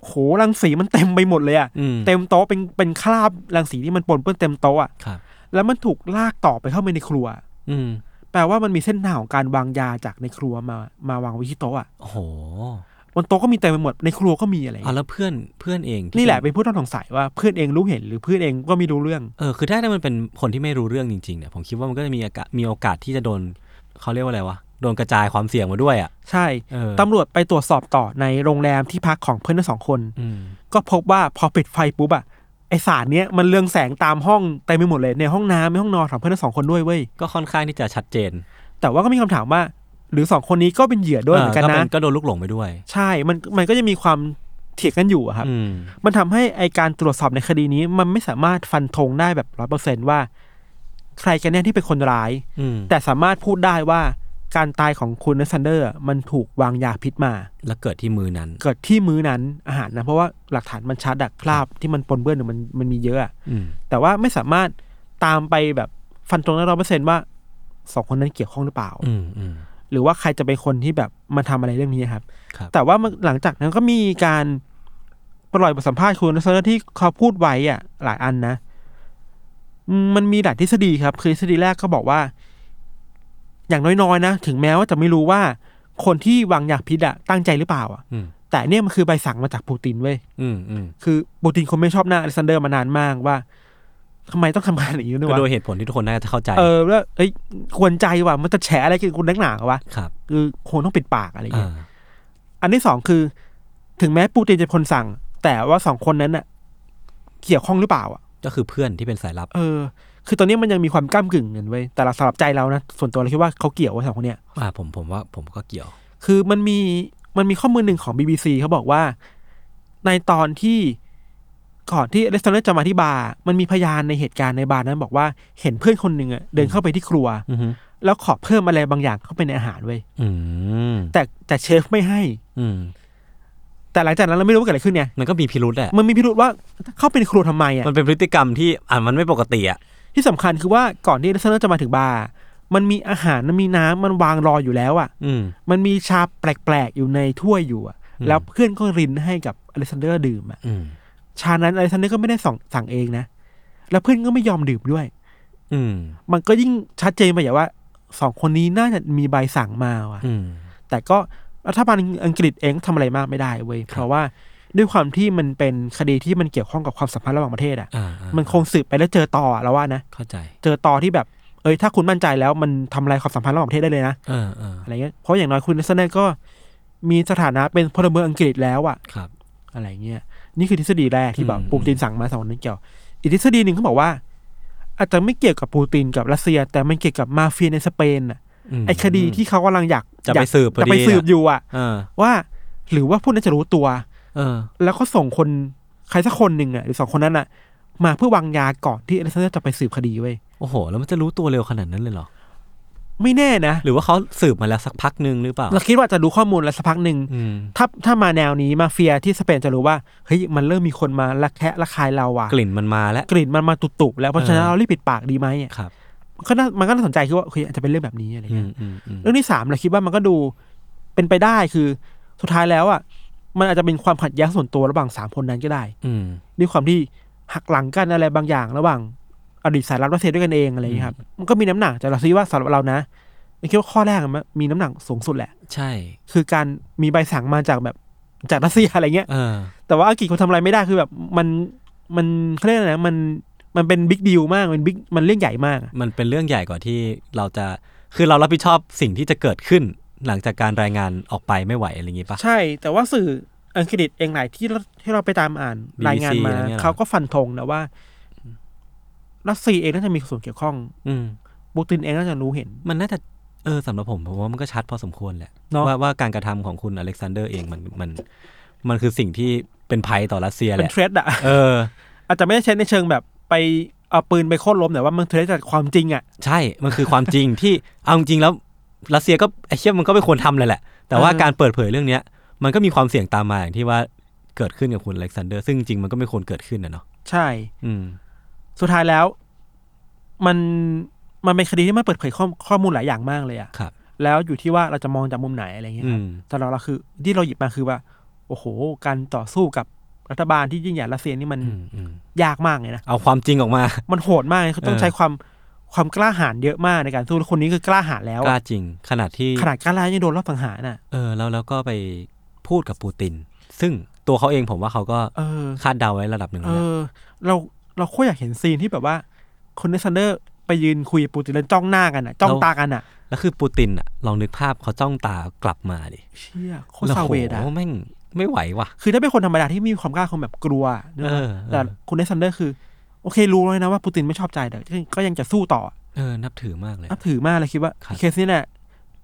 โหรังสีมันเต็มไปหมดเลยอ่ะ อืม เต็มโต๊ะเป็นเป็นคราบรังสีที่มันปนเปื้อนเต็มโต๊ะอ่ะ ครับ แล้วมันถูกลากต่อไปเข้าไปในครัว อืม แปลว่ามันมีเส้นทางของการวางยาจากในครัวมามาวางไว้ที่โต๊ะอ่ะ โอ้โห บนโต๊ะก็มีเต็มไปหมดในครัวก็มีอะไรอย่างเงี้ย เอาแล้วเพื่อนเพื่อนเองที่ นี่แหละเป็นผู้ต้องสงสัยว่าเพื่อนเองรู้เห็นหรือเพื่อนเองก็ไม่รู้เรื่อง เออคือถ้าถ้ามันเป็นคนที่ไม่รู้เรื่องจริงๆเนี่ยผมคิดว่ามันก็จะมีอากามีโอกาสที่จะโดนเขาเรียกว่าอะไรวะโดนกระจายความเสี่ยงมาด้วยอ่ะ ใช่ เออ ตำรวจไปตรวจสอบต่อในโรงแรมที่พักของเพื่อนทั้งสองคน อืม ก็พบว่าพอปิดไฟปุ๊บอะไอสารเนี้ยมันเรืองแสงตามห้องเต็ไมไปหมดเลยในห้องน้ำในห้องนอนของเพื่อนทั้งสองคนด้วยเว้ย ก็ค่อนข้างที่จะชัดเจน แต่ว่าก็มีคำถามว่า หรือสองคนนี้ก็เป็นเหยื่อด้วยเหมือนกัน เเป็ นะ ก็โดนลูกหลงไปด้วย ใช่มันมันก็จะมีความเถียงกันอยู่อะครับ อืม มันทำให้ไอการตรวจสอบในคดีนี้ มันไม่สามารถฟันธงได้แบบร้อยเปอร์เซนว่า ใครกันแน่ที่เป็นคนร้าย อืม แต่สามารถพูดได้ว่า การตายของคุณเนสซันเดอร์อะมันถูกวางยาพิษมา แล้วเกิดที่มือนั้น เกิดที่มื้อนั้นอาหารนะ เพราะว่าหลักฐานมันชัดอะคราบที่มันปนเปื้อนอยู่มันมันมีเยอะอะ อืม แต่ว่าไม่สามารถตามไปแบบฟันตรงได้ร้อยเปอร์เซ็นต์ว่าสองคนนั้นเกี่ยวข้องหรือเปล่า อืมอืม หรือว่าใครจะเป็นคนที่แบบมาทำอะไรเรื่องนี้ครับ ครับ แต่ว่ามันหลังจากนั้นก็มีการปล่อยบทสัมภาษณ์คุณนัสเซอร์ที่เขาพูดไว้อะหลายอันนะอืมมันมีหลายทฤษฎีครับ คือทฤษฎีแรกก็บอกว่า อย่างน้อยๆนะ ถึงแม้ว่าจะไม่รู้ว่า คนที่วางยาพิษอะตั้งใจหรือเปล่าอะ อืม แต่เนี่ยมันคือใบสั่งมาจากปูตินเว้ย อืมอืม คือปูตินคงไม่ชอบหน้าอเล็กซานเดอร์มานานมากว่าทำไมต้องทำงานอย่างนี้ด้วย ก็ วะ โดยเหตุผลที่ทุกคนน่าจะเข้าใจ เออแล้วเอ้ยควรใจว่ะมันจะแฉอะไรกันคุณนักหนาวะ ครับ คือคงต้องปิดปากอะไรอย่างเงี้ย อ่า อันที่สองคือ ถึงแม้ปูตินจะเป็นคนสั่ง แต่ว่าสองคนนั้นน่ะ เกี่ยวข้องหรือเปล่าอ่ะ ก็คือเพื่อนที่เป็นสายลับ เออ คือตอนนี้มันยังมีความก้ามกึ่งกันไว้ยแต่เราสำหรับใจเรานะส่วนตัวเราคิดว่าเขาเกี่ยวว่าสองคนเนี้ย อ่าผมผมว่าผมก็เกี่ยว คือมันมีมันมีข้อมูลหนึ่งของ BBC เขาบอกว่า ในตอนที่ก่อนที่เรสซานเดอร์จะมาที่บาร์มันมีพยานในเหตุการณ์ในบาร์นั้นบอกว่าเห็นเพื่อนคนหนึ่งอ่ะเดินเข้าไปที่ครัว อือฮึ แล้วขอเพิ่มอะไรบางอย่างเข้าไปในอาหารเว้ย อืม แต่แต่เชฟไม่ให้ อืม แต่หลังจากนั้นเราไม่รู้ว่าเกิดอะไรขึ้นเนี่ย มันก็มีพิรุธแหละ มันมีพิรุธว่าเข้าไปในครัวทำไมอ่ะ มันเป็นพฤติกรรมที่อ่ามันไม่ปกติอ่ะ ที่สำคัญคือว่าก่อนที่เรสเซอร์จะมาถึงบาร์มันมีอาหารมันมีน้ำมันวางรออยู่แล้วอะ่ะ อืม มันมีชาแปลกๆอยู่ในถ้วยอยู่อะ อืม แล้วเพื่อนก็รินให้กับอเล็กซานเดอร์ดื่มอะ อืม ชานั้นอเล็กซานเดอร์ก็ไม่ได้สั่งสั่งเองนะ แล้วเพื่อนก็ไม่ยอมดื่มด้วย อืม มันก็ยิ่งชัดเจนไปอย่างว่าสองคนนี้น่าจะมีใบสั่งมาว่ะ อืม แต่ก็รัฐบาลอังกฤษเองทำอะไรมากไม่ได้เว้ย ครับ เพราะว่าด้วยความที่มันเป็นคดีที่มันเกี่ยวข้องกับความสัมพันธ์ระหว่างประเทศอะ อ่าอ่า มันคงสืบไปแล้วเจอต่ออะแล้วว่านะ เข้าใจ เจอต่อที่แบบ เอ้ย ถ้าคุณมั่นใจแล้วมันทำลายความสัมพันธ์ระหว่างประเทศได้เลยนะ เออเออ อะไรเงี้ย เพราะอย่างน้อยคุณเลสเนอร์ก็มีสถานะเป็นพลเมืองอังกฤษแล้วอะ ครับ อะไรเงี้ย นี่คือทฤษฎีแรกที่แบบ อืม ปูตินสั่งมาสองคนนั้นเกี่ยว อีกทฤษฎีหนึ่งเขาบอกว่า อาจจะไม่เกี่ยวกับปูตินกับรัสเซีย แต่มันเกี่ยวกับมาเฟียในสเปนอะ ม ไอ้คดีที่เขากำลังอยาก จะ อยา ไป ก สืบพอ จะ ดี ไปสืบ น่ะ อยู่อะ เออ ว่า หรือว่าพวกนั้นจะรู้ตัว เออ แล้วก็ส่งคนใครสักคนหนึ่งอะหรือสองคนนั้นอะมาเพื่อวางยาก่อนที่อเล็กซานเดอร์จะไปสืบคดีเว้ย โอ้โห แล้วมันจะรู้ตัวเร็วขนาดนั้นเลยเหรอ ไม่แน่นะ หรือว่าเขาสืบมาแล้วสักพักหนึ่งหรือเปล่า เราคิดว่าจะดูข้อมูลแล้วสักพักหนึ่ง อืม ถ้าถ้ามาแนวนี้มาเฟียที่สเปนจะรู้ว่าเฮ้ยมันเริ่มมีคนมาละแคะละคายเราว่ะ กลิ่นมันมาแล้ว กลิ่นมันมาตุบๆแล้วเพราะฉะนั้น เออ เรารีบปิดปากดีไหมอ่ะ ครับ ก็น่ามันก็น่าสนใจคือว่าเฮ้ยอาจจะเป็นเรื่องแบบนี้อะไร อื เงี้ ม ย อืมอืม เรื่องที่สามเราคิดว่ามันก็ดูเป็นไปได้คือสุดท้ายแล้วอ่ะมันอาจจะเป็นความขัดแย้งส่วนตัวระหว่างสามคนนั้นก็ได้ อืม ด้วยความที่หักหลังกันอะไรบางอย่างระหว่างอดีตสายลับรัสเซียด้วยกันเองอะไรอย่างเงี้ยครับมันก็มีน้ำหนักแต่เราคิดว่าสำหรับเรานะเราคิดว่าข้อแรกอะมันมีน้ำหนักสูงสุดแหละ ใช่ คือการมีใบสั่งมาจากแบบจากรัสเซียอะไรเงี้ย เออ แต่ว่าอังกฤษเขาทำอะไรไม่ได้คือแบบมันมันเขาเรียกอะไรนะมันมันเป็นบิ๊กดีลมากมันบิ๊กมันเรื่องใหญ่มากอะ มันเป็นเรื่องใหญ่กว่าที่เราจะ คือเรารับผิดชอบสิ่งที่จะเกิดขึ้น หลังจากการรายงานออกไปไม่ไหวอะไรอย่างงี้ปะ ใช่แต่ว่าสื่ออังกฤษเองหลายที่เราที่เราไปตามอ่าน BBC รายงานมา อะไรเงี้ยเหรอ เขาก็ฟันธงนะว่ารัสเซียเองน่าจะมีส่วนเกี่ยวข้อง อืม ปูตินเองน่าจะรู้เห็น มันน่าจะ เออสำหรับผมผมว่ามันก็ชัดพอสมควรแหละ เนอะ ว่าว่าการกระทำของคุณอเล็กซานเดอร์เองมันมันมันคือสิ่งที่เป็นภัยต่อรัสเซียแห เป็น ละ เทรดอะ เออ อาจจะไม่ได้ใช้ในเชิงแบบไปเอาปืนไปโค่นล้มแต่ว่ามันเทรดจากความจริงอะ ใช่ มันคือความจริง ที่ เอาจริงๆแล้วรัสเซียก็ไอ้เชี่ยมันก็ไม่ควรทำเลยแหละ แต่ว่า เออ การเปิดเผยเรื่องเนี้ย มันก็มีความเสี่ยงตามมาอย่างที่ว่าเกิดขึ้นกับคุณอเล็กซานเดอร์ ซึ่งจริงๆมันก็ไม่ควรเกิดขึ้นนะเนาะ ใช่ อืม สุดท้ายแล้ว มันมันเป็นคดีที่มันเปิดเผยข้อข้อมูลหลายอย่างมากเลยอะ ครับ แล้วอยู่ที่ว่าเราจะมองจากมุมไหนอะไรเงี้ย อื ครับ ม แต่เราเราคือ ที่เราหยิบมาคือว่า โอ้โห การต่อสู้กับรัฐบาลที่ยิ่งใหญ่รัสเซียนี่มัน อืมอืม ยากมากเลยนะ เอาความจริงออกมา มันโหดมากเลยเขาต้อง เออ ใช้ความความกล้าหาญเยอะมากในการสู้แล้วคนนี้คือกล้าหาญแล้ว กล้า อะ จริง ขนาดที่ ขนาดกล้าร้ายยังโดนรอบสังหารน่ะ เออแล้วแล้วก็ไปพูดกับปูติน ซึ่งตัวเขาเองผมว่าเขาก็ เออ คาดเดาไว้ระดับหนึ่ง เอ แล้วแหละ อ เราเราโคตรอยากเห็นซีนที่แบบว่าคนเนสซันเดอร์ไปยืนคุยกับปูตินแล้วจ้องหน้ากันอ่ะ จ้องตากันอ่ะ แล้วคือปูตินอ่ะลองนึกภาพเขาจ้องตากลับมาดิ เชี่ยโคตรซาเวดอ่ะ โอ้โหแม่งไม่ไหวว่ะ คือถ้าเป็นคนธรรมดาที่มีความกล้าคงแบบกลัวนึกออก เออ ปะ เออ แต่คุณเดซันเดอร์คือ โอเครู้เลยนะว่าปูตินไม่ชอบใจแต่ก็ยังจะสู้ต่อ เออนับถือมากเลย นับถือมากเลยคิดว่า ครับ เคสนี้เนี่ย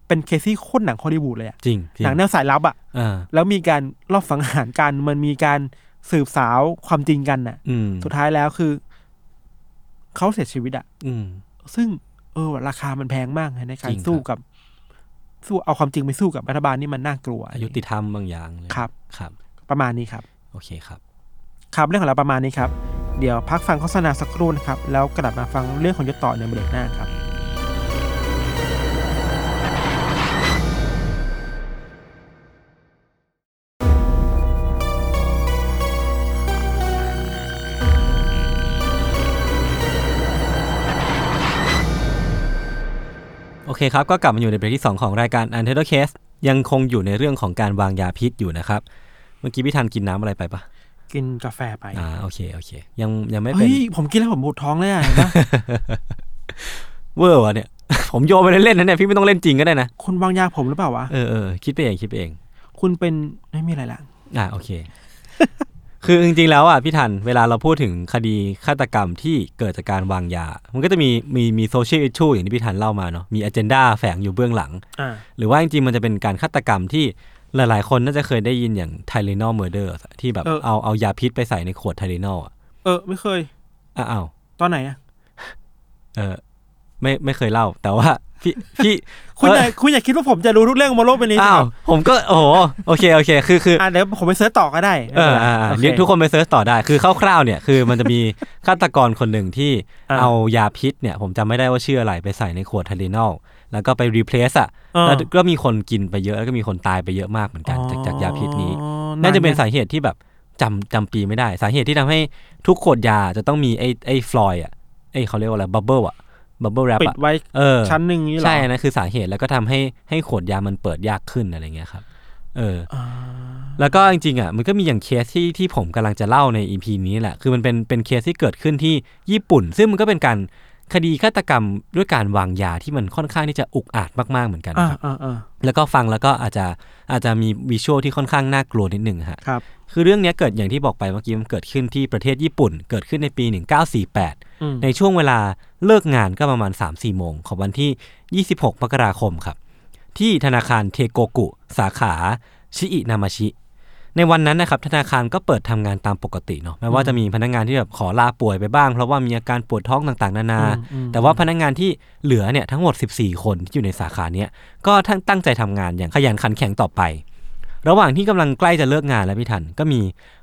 เป็นเคสที่โคตรหนังฮอลลีวูดเลยอะ จริงจริง หนังแนวสายลับอะ เออ แล้วมีการรอบสังหารกันมันมีการสืบสาวความจริงกันน่ะ อืม สุดท้ายแล้วคือ เขาเสียชีวิตอะ อืม ซึ่ง เออราคามันแพงมากนะในกา จ ร ริงครับ สู้กับ สู้เอาความจริงไปสู้กับรัฐบาลนี่มันน่ากลัว อายุติธรรมบางอย่างเลย ครับ ครับ ประมาณนี้ครับ โอเคครับ ครับเรื่องของเราประมาณนี้ครับ เดี๋ยวพักฟังโฆษณาสักครู่นะครับ แล้วกลับมาฟังเรื่องของยศต่อในเบรกหน้าครับ โอเคครับ ก็กลับมาอยู่ในเบรกที่ 2 ของรายการ u n t e r Case ยังคงอยู่ในเรื่องของการวางยาพิษอยู่นะครับ เมื่อกี้พี่ทันกินน้ำอะไรไปปะ กินกาแฟไป อ่าโอเคโอเค ยังยังไม่เป็น เฮ้ยผมกินแล้วผมปวดท้องเลยอะเห็นปะ เวอร์วะเนี่ย ผมโยนไปเล่นๆนะเนี่ยพี่ไม่ต้องเล่นจริงก็ได้นะ คุณวางยาผมหรือเปล่าวะ เออเออคิดไปเองคิดไปเอง คุณเป็นไม่มีอะไรละ อ่าโอเค คือจริงๆแล้วอ่ะพี่ทันเวลาเราพูดถึงคดีฆาตกรรมที่เกิดจากการวางยา มันก็จะมีมีมีโซเชียลอิชชูอย่างที่พี่ทันเล่ามาเนาะมีอเจนดาแฝงอยู่เบื้องหลัง อ่า หรือว่าจริงๆมันจะเป็นการฆาตกรรมที่หลายๆ คนน่าจะเคยได้ยินอย่างไทเลนอลเมอร์เดอร์ที่แบบ เออ เอาเอายาพิษไปใส่ในขวดไทเลนอลอ่ะ เออ ไม่เคย อ้าวอ้าว ตอนไหนอะ เออไม่ไม่เคยเล่า แต่ว่า พี่พี่ คุณอย่า เอ คุณอย่าคิดว่าผมจะรู้ทุกเรื่องบนโลกใบนี้ ออ้าว ผมก็โอ้โหโอเคโอเคคือคือ อ่ะเดี๋ยวผมไปเสิร์ชต่อก็ได้ เอออ่า โอ อ่า เค เรียกทุกคนไปเซิร์ชต่อได้ คือคร่าวๆเนี่ย คือมันจะมี ฆาตกรคนหนึ่งที่ อ่า เอายาพิษเนี่ย ผมจำไม่ได้ว่าชื่ออะไรไปใส่ในขวดทารินอลแล้วก็ไปรีเพลซอ่ะ อ่า แล้วก็มีคนกินไปเยอะ แล้วก็มีคนตายไปเยอะมากเหมือนกัน จากจากยาพิษนี้ อ๋อ น่าจะเป็น ไหม สาเหตุที่แบบจำจำปีไม่ได้ สาเหตุที่ทำให้ทุกขวดยาจะต้องมีไอ้ไอ้ฟลอยอ่ะไอ้เขาเรียกว่าอะไรบับเบิลอ่ะบับเบิลแรป ปิ อ่ะ ดไว้ เออ ชั้นหนึ่งนี่เหรอ ใช่อันนะคือสาเหตุแล้วก็ทำให้ให้ขวดยามันเปิดยากขึ้นอะไรเงี้ยครับ เอออแล้วก็จริงๆอ่ะมันก็มีอย่างเคสที่ที่ผมกำลังจะเล่าในอีพีนี้แหละ คือมันเป็นเป็นเคสที่เกิดขึ้นที่ญี่ปุ่น ซึ่งมันก็เป็นการคดีฆาตกรรมด้วยการวางยาที่มันค่อนข้างที่จะอุกอาจมากๆเหมือนกัน อ่า ครับ อ่าอ่า แล้วก็ฟังแล้วก็อาจจะอาจจะมีวิชวลที่ค่อนข้างน่ากลัวนิดหนึ่งฮะ ครับ คือเรื่องเนี้ยเกิดอย่างที่บอกไปเมื่อกี้มันเกิดขึ้นที่ประเทศญี่ปุ่น เกิดขึ้นในปี อืม 1948 ในช่วงเวลาเลิกงานก็ประมาณ 3-4 โมงของวันที่ 26 มกราคมครับ ที่ธนาคารเทโกกุ สาขาชิอินามาชิ ในวันนั้นนะครับธนาคารก็เปิดทำงานตามปกติเนาะแม้ว่าจะมีพนักงานที่แบบขอลาป่วยไปบ้าง เพราะว่ามีอาการปวดท้องต่างๆ นานา อืม แต่ว่าพนักงานที่เหลือเนี่ยทั้งหมด 14 คนที่อยู่ในสาขาเนี้ยก็ทั้งตั้งใจทำงานอย่างขยันขันแข็งต่อไป ระหว่างที่กำลังใกล้จะเลิกงานแล้วพี่ทันก็มี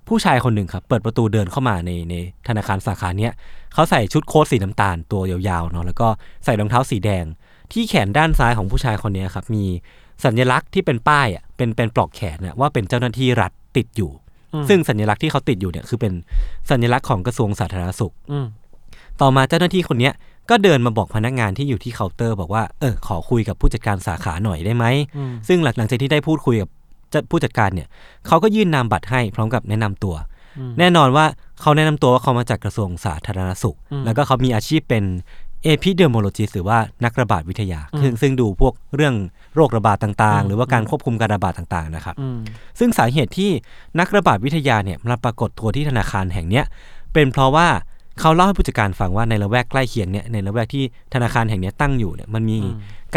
ผู้ชายคนหนึ่งครับ เปิดประตูเดินเข้ามาในในธนาคารสาขาเนี้ยเขาใส่ชุดโค้ทสีน้ำตาลตัวยาวๆเนาะแล้วก็ใส่รองเท้าสีแดง ที่แขนด้านซ้ายของผู้ชายคนเนี้ยครับ มีสัญลักษณ์ที่เป็นป้ายอ่ะเป็นเป็นปลอกแขนน่ะว่าเป็นเจ้าหน้าที่รัฐติดอยู่ ซึ่งสัญลักษณ์ที่เขาติดอยู่เนี่ยคือเป็นสัญลักษณ์ของกระทรวงสาธารณสุข อืม ต่อมาเจ้าหน้าที่คนเนี้ยก็เดินมาบอกพนักงานที่อยู่ที่เคาน์เตอร์บอกว่าเออขอคุยกับผู้จัดการสาขาหน่อยได้ไหม อืม ซึ่งหลังจากที่ได้พูดคุยกับเจ้าผู้จัดการเนี่ยเขาก็ยื่นนามบัตรให้พร้อมกับแนะนำตัว แน่นอนว่าเขาแนะนำตัวว่าเขามาจากกระทรวงสาธารณสุข แล้วก็เขามีอาชีพเป็นเอพิเดโมโลจีหรือว่านักระบาดวิทยาซึ่งซึ่งดูพวกเรื่องโรคระบาดต่างๆ หรือว่าการควบคุมการระบาดต่างๆนะครับ อืม ซึ่งสาเหตุที่นักระบาดวิทยาเนี่ยมาปรากฏตัวที่ธนาคารแห่งเนี้ยเป็นเพราะว่าเขาเล่าให้ผู้จัดการฟังว่าในละแวกใกล้เคียงเนี่ยในละแวกที่ธนาคารแห่งเนี้ยตั้งอยู่เนี่ยมันมี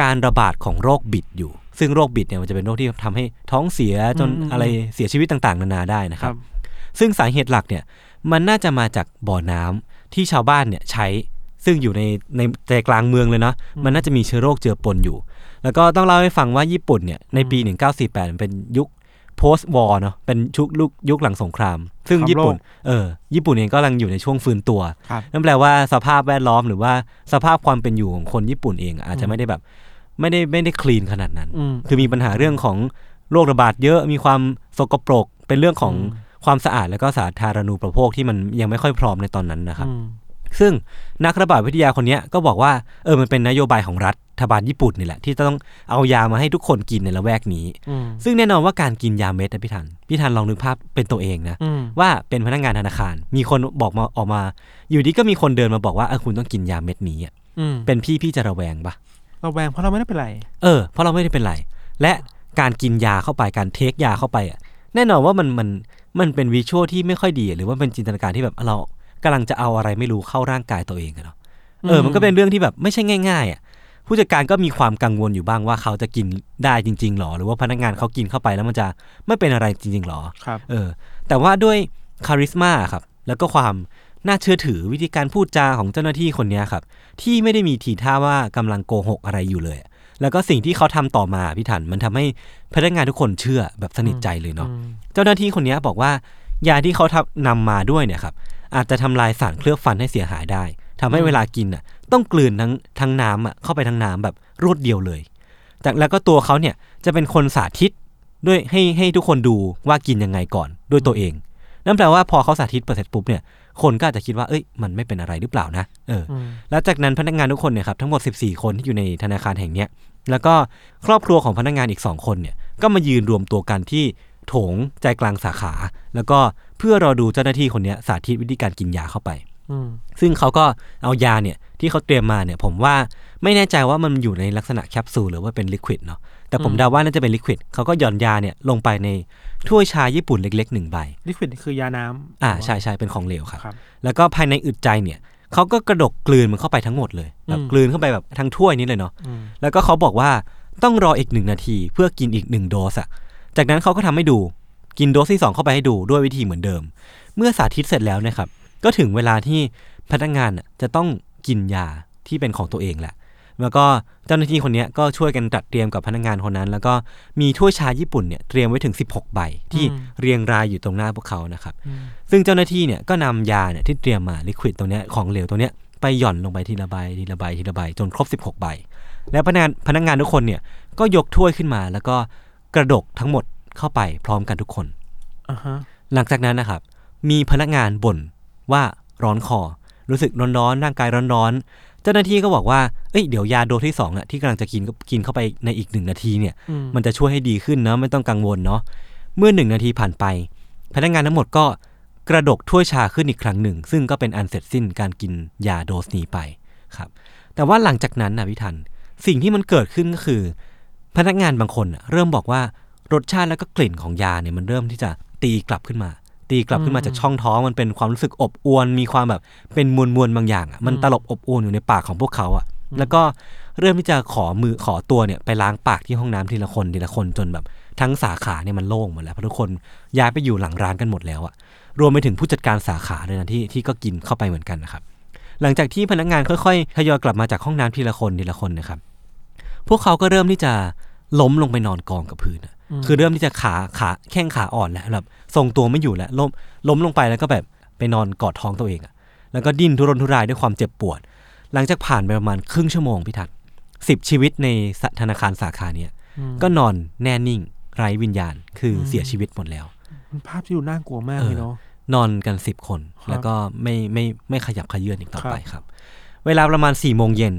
การระบาดของโรคบิดอยู่ ซึ่งโรคบิดเนี่ยมันจะเป็นโรคที่ทำให้ท้องเสียจนอะไรเสียชีวิตต่างๆ นานาได้นะค ค รั รับ บ ซึ่งสาเหตุหลักเนี่ยมันน่าจะมาจากบ่อน้ำที่ชาวบ้านเนี่ยใช้ ซึ่งอยู่ในในใจกลางเมืองเลยเนาะมันน่าจะมีเชื้อโรคเจือปนอยู่ แล้วก็ต้องเล่าให้ฟังว่าญี่ปุ่นเนี่ยในปี 1948มันเป็นยุค post war เนาะเป็นชุกลุกยุคหลังสงคราม ซึ่งญี่ปุ่น สงครามโล เออญี่ปุ่นเองก็กำลังอยู่ในช่วงฟื้นตัว ครับ นั่นแปลว่าสภาพแวดล้อมหรือว่าสภาพความเป็นอยู่ของคนญี่ปุ่นเองอาจจะไม่ได้แบบ ไม่ได้ไม่ได้คลีนขนาดนั้น อืม คือมีปัญหาเรื่องของโรคระบาดเยอะมีความสกปรก เป็นเรื่องของความสะอาดแล้วก็สาธารณูปโภคที่มันยังไม่ค่อยพร้อมในตอนนั้นนะครับ อืม ซึ่งนักระบาดวิทยาคนเนี้ยก็บอกว่าเออมันเป็นนโยบายของรัฐบาลญี่ปุ่นนี่แหละ ที่ต้องเอายามาให้ทุกคนกินในละแวกนี้ อืม ซึ่งแน่นอนว่าการกินยาเม็ดนะพี่ทันพี่ทันลองนึกภาพเป็นตัวเองนะ อืม ว่าเป็นพนักงานธนาคาร มีคนบอกมาออกมา อยู่ดีก็มีคนเดินมาบอกว่าเออคุณต้องกินยาเม็ดนี้อะ อืม เป็นพี่พี่จะระแวงปะ เราแวงเพราะเราไม่ได้เป็นไร เออเพราะเราไม่ได้เป็นไร และการกินยาเข้าไปการเทคยาเข้าไปอ่ะแน่นอนว่ามันมันมันเป็นวิชวลที่ไม่ค่อยดี หรือว่าเป็นจินตนาการที่แบบเรากำลังจะเอาอะไรไม่รู้เข้าร่างกายตัวเองกันเนาะเออ อืม มันก็เป็นเรื่องที่แบบไม่ใช่ง่ายๆอ่ะผู้จัดการก็มีความกังวลอยู่บ้างว่าเขาจะกินได้จริงๆหรอ หรือว่าพนักงานเขากินเข้าไปแล้วมันจะไม่เป็นอะไรจริงๆหรอ ครับ เออแต่ว่าด้วยคาริสมาครับ แล้วก็ความน่าเชื่อถือวิธีการพูดจาของเจ้าหน้าที่คนเนี้ยครับ ที่ไม่ได้มีทีท่าว่ากำลังโกหกอะไรอยู่เลย แล้วก็สิ่งที่เขาทำต่อมาพี่ทันมันทำให้พนักงานทุกคนเชื่อแบบสนิทใจเลยเนาะ เจ้าหน้าที่คนเนี้ยบอกว่ายาที่เขาทำนำมาด้วยเนี่ยครับอาจจะทำลายสารเคลือบฟันให้เสียหายได้ทำให้เวลากินอ่ะต้องกลืนทั้งทั้งน้ำอ่ะเข้าไปทั้งน้ำแบบรวดเดียวเลยจากแล้วก็ตัวเขาเนี่ยจะเป็นคนสาธิตด้วยให้ให้ทุกคนดูว่ากินยังไงก่อนด้วยตัวเอง นั่นแปลว่าพอเขาสาธิตเปอร์เสร็จปุ๊บเนี่ยคนก็อาจจะคิดว่าเอ้ยมันไม่เป็นอะไรหรือเปล่านะเออ อืม แล้วจากนั้นพนักงานทุกคนเนี่ยครับทั้งหมด 14 คนที่อยู่ในธนาคารแห่งเนี้ยแล้วก็ครอบครัวของพนักงานอีก 2 คนเนี่ยก็มายืนรวมตัวกันที่โถงใจกลางสาขา แล้วก็เพื่อรอดูเจ้าหน้าที่คนเนี้ยสาธิตวิธีการกินยาเข้าไป อืม ซึ่งเขาก็เอายาเนี่ยที่เขาเตรียมมาเนี่ยผมว่าไม่แน่ใจว่ามันอยู่ในลักษณะแคปซูลหรือว่าเป็นลิควิดเนาะแต่ผมเดาว่าน่าจะเป็นลิควิดเขาก็หย่อนยาเนี่ยลงไปในถ้วยชาญี่ปุ่นเล็กๆหนึ่งใบ ลิควิดคือยาน้ำ อ่าใช่ใช่เป็นของเหลวครับ ครับ แล้วก็ภายในอึดใจเนี่ยเขาก็กระดกกลืนมันเข้าไปทั้งหมดเลยแบบ อืม กลืนเข้าไปแบบทั้งถ้วยนี้เลยเนาะ อืม แล้วก็เขาบอกว่าต้องรออีกหนึ่งนาทีเพื่อกินอีกหนึ่งโดสอะจากนั้นเขาก็ทำให้ดูกินโดสที่สองเข้าไปให้ดูด้วยวิธีเหมือนเดิม เมื่อสาธิตเสร็จแล้วเนะครับ ก็ถึงเวลาที่พนักงานน่ะจะต้องกินยาที่เป็นของตัวเองแหละ แล้วก็เจ้าหน้าที่คนเนี้ยก็ช่วยกันจัดเตรียมกับพนักงานคนนั้น แล้วก็มีถ้วยชาญี่ปุ่นเนี่ยเตรียมไว้ถึง 16 ใบ ที่เรียงรายอยู่ตรงหน้าพวกเขานะครับ ซึ่งเจ้าหน้าที่เนี่ยก็นำยาเนี่ยที่เตรียมมาลิควิดตัวเนี้ยของเหลวตัวเนี้ยไปหย่อนลงไปทีละใบทีละใบทีละใบจนครบ 16 ใบ และพนักงานพนักงานทุกคนเนี่ยก็ยกถ้วยขึ้นมา แล้วก็กระดกทั้งหมดเข้าไปพร้อมกันทุกคน อ่าฮะ หลังจากนั้นนะครับ มีพนักงานบ่นว่าร้อนคอ รู้สึกร้อนๆร่างกายร้อนๆ เจ้าหน้าที่ก็บอกว่าเอ้ยเดี๋ยวยาโดสที่สองน่ะที่กำลังจะกินก็กินเข้าไปในอีกหนึ่งนาทีเนี่ย อืม มันจะช่วยให้ดีขึ้นนะไม่ต้องกังวลเนาะเมื่อหนึ่งนาทีผ่านไป พนักงานทั้งหมดก็กระดกถ้วยชาขึ้นอีกครั้งหนึ่ง ซึ่งก็เป็นอันเสร็จสิ้นการกินยาโดสนี้ไปครับ แต่ว่าหลังจากนั้นนะพี่ทัน สิ่งที่มันเกิดขึ้นก็คือ พนักงานบางคนน่ะเริ่มบอกว่ารสชาติแล้วก็กลิ่นของยาเนี่ยมันเริ่มที่จะตีกลับขึ้นมา ตีกลับขึ้นมาจากช่องท้องมันเป็นความรู้สึกอบอวนมีความแบบเป็นมวลมวลๆบางอย่างอ่ะมันตลบอบอวนอยู่ในปากของพวกเขาอ่ะ แล้วก็เริ่มที่จะขอมือขอตัวเนี่ยไปล้างปากที่ห้องน้ำทีละคนทีละคนจนแบบทั้งสาขาเนี่ยมันโล่งหมดแล้วเพราะทุกคนย้ายไปอยู่หลังร้านกันหมดแล้วอ่ะรวมไปถึงผู้จัดการสาขาเลยนะที่ที่ก็กินเข้าไปเหมือนกันนะครับ หลังจากที่พนักงานค่อยๆทยอยกลับมาจากห้องน้ำทีละคนทีละคนนะครับ พวกเขาก็เริ่มที่จะล้มลงไปนอนกองกับพื้นอะคือเริ่มที่จะขาขาแข้งขาอ่อนแล้วแบบทรงตัวไม่อยู่แล้วล้มล้มลงไปแล้วก็แบบไปนอนกอดท้องตัวเองอะแล้วก็ดิ้นทุรนทุรายด้วยความเจ็บปวด หลังจากผ่านไปประมาณครึ่งชั่วโมงพี่ทัศสิบชีวิตในธนาคารสาขาเนี้ยก็นอนแน่นิ่ง ไร้วิญญาณ คือเสียชีวิตหมดแล้ว เป็นภาพที่ดูน่ากลัวมาก เออ เลยเนาะ นอนกันสิบคน ครับ แล้วก็ไม่ไม่ไม่ขยับขยื่นอีกต่อ ครับ ไปครับ เวลาประมาณ4ี่โมงเย็น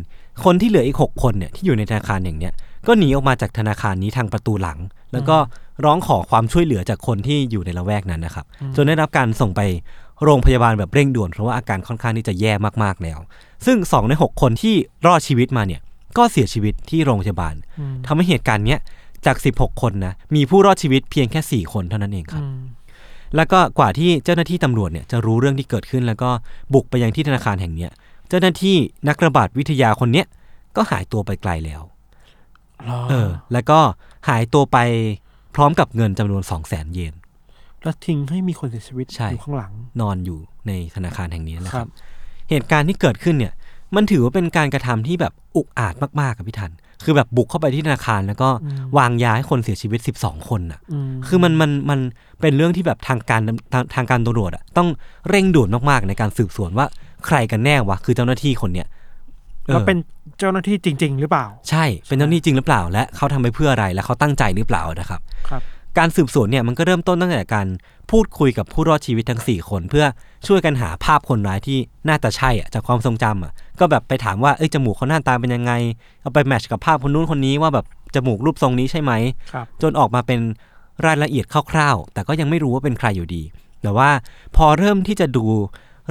คนที่เหลืออีก 6 คนเนี่ยที่อยู่ในธนาคารอย่างเนี้ยก็หนีออกมาจากธนาคารนี้ทางประตูหลัง แล้วก็ร้องขอความช่วยเหลือจากคนที่อยู่ในละแวกนั้นนะครับ จนได้รับการส่งไปโรงพยาบาลแบบเร่งด่วน เพราะว่าอาการค่อนข้างที่จะแย่มากๆแล้ว ซึ่ง 2 ใน 6 คนที่รอดชีวิตมาเนี่ยก็เสียชีวิตที่โรงพยาบาลทำให้เหตุการณ์เนี้ยจาก 16 คนนะมีผู้รอดชีวิตเพียงแค่ 4 คนเท่านั้นเองครับ อืม แล้วก็กว่าที่เจ้าหน้าที่ตำรวจเนี่ยจะรู้เรื่องที่เกิดขึ้น แล้วก็บุกไปยังที่ธนาคารแห่งเนี้ย เจ้าหน้าที่นักระบาดวิทยาคนเนี้ยก็หายตัวไปไกลแล้ว หรอ เออ แล้วก็หายตัวไปพร้อมกับเงินจำนวน2 0 0แสนเยน แล้วทิ้งให้มีคนเสียชีวิต ใช่ อยู่ข้างหลัง นอนอยู่ในธนาคารแห่งนี้นะค ครั รับ บ เหตุการณ์ที่เกิดขึ้นเนี่ย มันถือว่าเป็นการกระทำที่แบบอุกอาจมากๆกับพี่ทัน คือแบบบุกเข้าไปที่ธนาคาร แล้วก็วางยาให้คนเสียชีวิต 12 คนน่ะ อืม คือมันมันมันเป็นเรื่องที่แบบทางการทางทางการตำรวจอะต้องเร่งด่วนมากๆในการสืบสวนว่าใครกันแน่วะคือเจ้าหน้าที่คนเนี้ย แล้อวอ เป็นเจ้าหน้าที่จริง ๆ หรือเปล่า ใช่เป็นเจ้าหน้าที่จริงหรือเปล่า และเขาทำไปเพื่ออะไรและเขาตั้งใจหรือเปล่านะครับ ครับ การสืบสวนเนี่ยมันก็เริ่มต้นตั้งแต่การพูดคุยกับผู้รอดชีวิตทั้ง 4 คน เพื่อช่วยกันหาภาพคนร้ายที่น่าจะใช่อะจากความทรงจำอะก็แบบไปถามว่าเอ้ยจมูกเขาหน้าตาเป็นยังไง เอาไปแมทช์กับภาพคนนู้นคนนี้ว่าแบบจมูกรูปทรงนี้ใช่ไหม ครับ จนออกมาเป็นรายละเอียดคร่าวๆ แต่ก็ยังไม่รู้ว่าเป็นใครอยู่ดี แต่ว่าพอเริ่มที่จะดู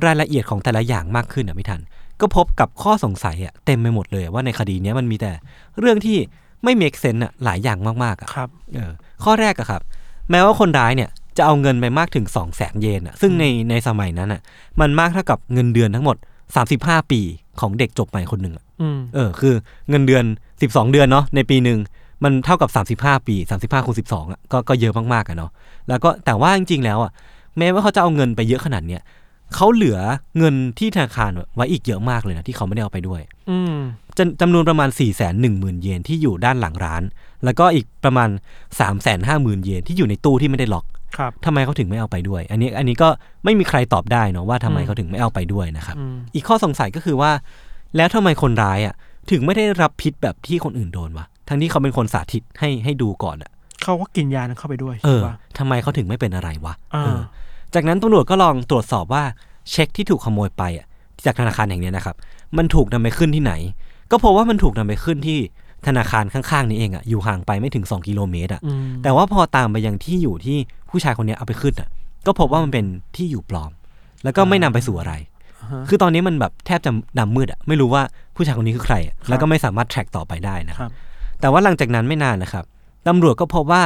รายละเอียดของแต่ละอย่างมากขึ้นอะพี่ทัน ก็พบกับข้อสงสัยอะเต็มไปหมดเลยอะว่าในคดีเนี้ยมันมีแต่เรื่องที่ไม่ make sense อะหลายอย่างมากๆอะ ครับ เออข้อแรกอะครับ แม้ว่าคนร้ายเนี่ยจะเอาเงินไปมากถึง 2 0 0แสนเยนอะซึ่งในในสมัยนั้นอะมันมากเท่ากับเงินเดือนทั้งหมด 35 ปีของเด็กจบใหม่คนหนึ่งอะ อืม เออคือเงินเดือน 12 เดือนเนาะในปีหนึ่งมันเท่ากับ 35 ปี 35คูณ12อะก็ก็เยอะมากๆอะเนาะแล้วก็แต่ว่าจริงๆแล้วอะแม้ว่าเขาจะเอาเงินไปเยอะขนาดเนี้ย เขาเหลือเงินที่ธนาคารไว้อีกเยอะมากเลยนะที่เขาไม่ได้เอาไปด้วย อืม จำจำนวนประมาณ 4 1 0 0 0 0 เยนที่อยู่ด้านหลังร้าน แล้วก็อีกประมาณ 3 5 0 0 0 0 เยนที่อยู่ในตู้ที่ไม่ได้ล็อก ครับ ทำไมเขาถึงไม่เอาไปด้วย อันนี้อันนี้ก็ไม่มีใครตอบได้เนาะว่าทำไม อืม เขาถึงไม่เอาไปด้วยนะครับ อืม อีกข้อสงสัยก็คือว่า แล้วทำไมคนร้ายอ่ะ ถึงไม่ได้รับพิษแบบที่คนอื่นโดนวะทั้งที่เขาเป็นคนสาธิตให้ให้ดูก่อนอ่ะ เขาก็กินยานั้นเข้าไปด้วย เอ ใช่ อ ปะ ทำไมเขาถึงไม่เป็นอะไรวะ อ่า เออจากนั้นตำรวจก็ลองตรวจสอบว่าเช็คที่ถูกขโมยไปอ่ะจากธนาคารแห่งเนี้ยนะครับ มันถูกนำไปขึ้นที่ไหน ก็พบว่ามันถูกนำไปขึ้นที่ธนาคารข้างๆนี้เองอ่ะอยู่ห่างไปไม่ถึง 2 กิโลเมตรอ่ะ อืม แต่ว่าพอตามไปยังที่อยู่ที่ผู้ชายคนเนี้ยเอาไปขึ้นอ่ะ ก็พบว่ามันเป็นที่อยู่ปลอม แล้วก็ไม่นำไปสู่อะไร คือตอนนี้มันแบบแทบจะดำมืดอ่ะไม่รู้ว่าผู้ชายคนนี้คือใครอะแล้วก็ไม่สามารถ track ต่อไปได้นะค ครับ รับ แต่ว่าหลังจากนั้นไม่นานนะครับ ตำรวจก็พบว่า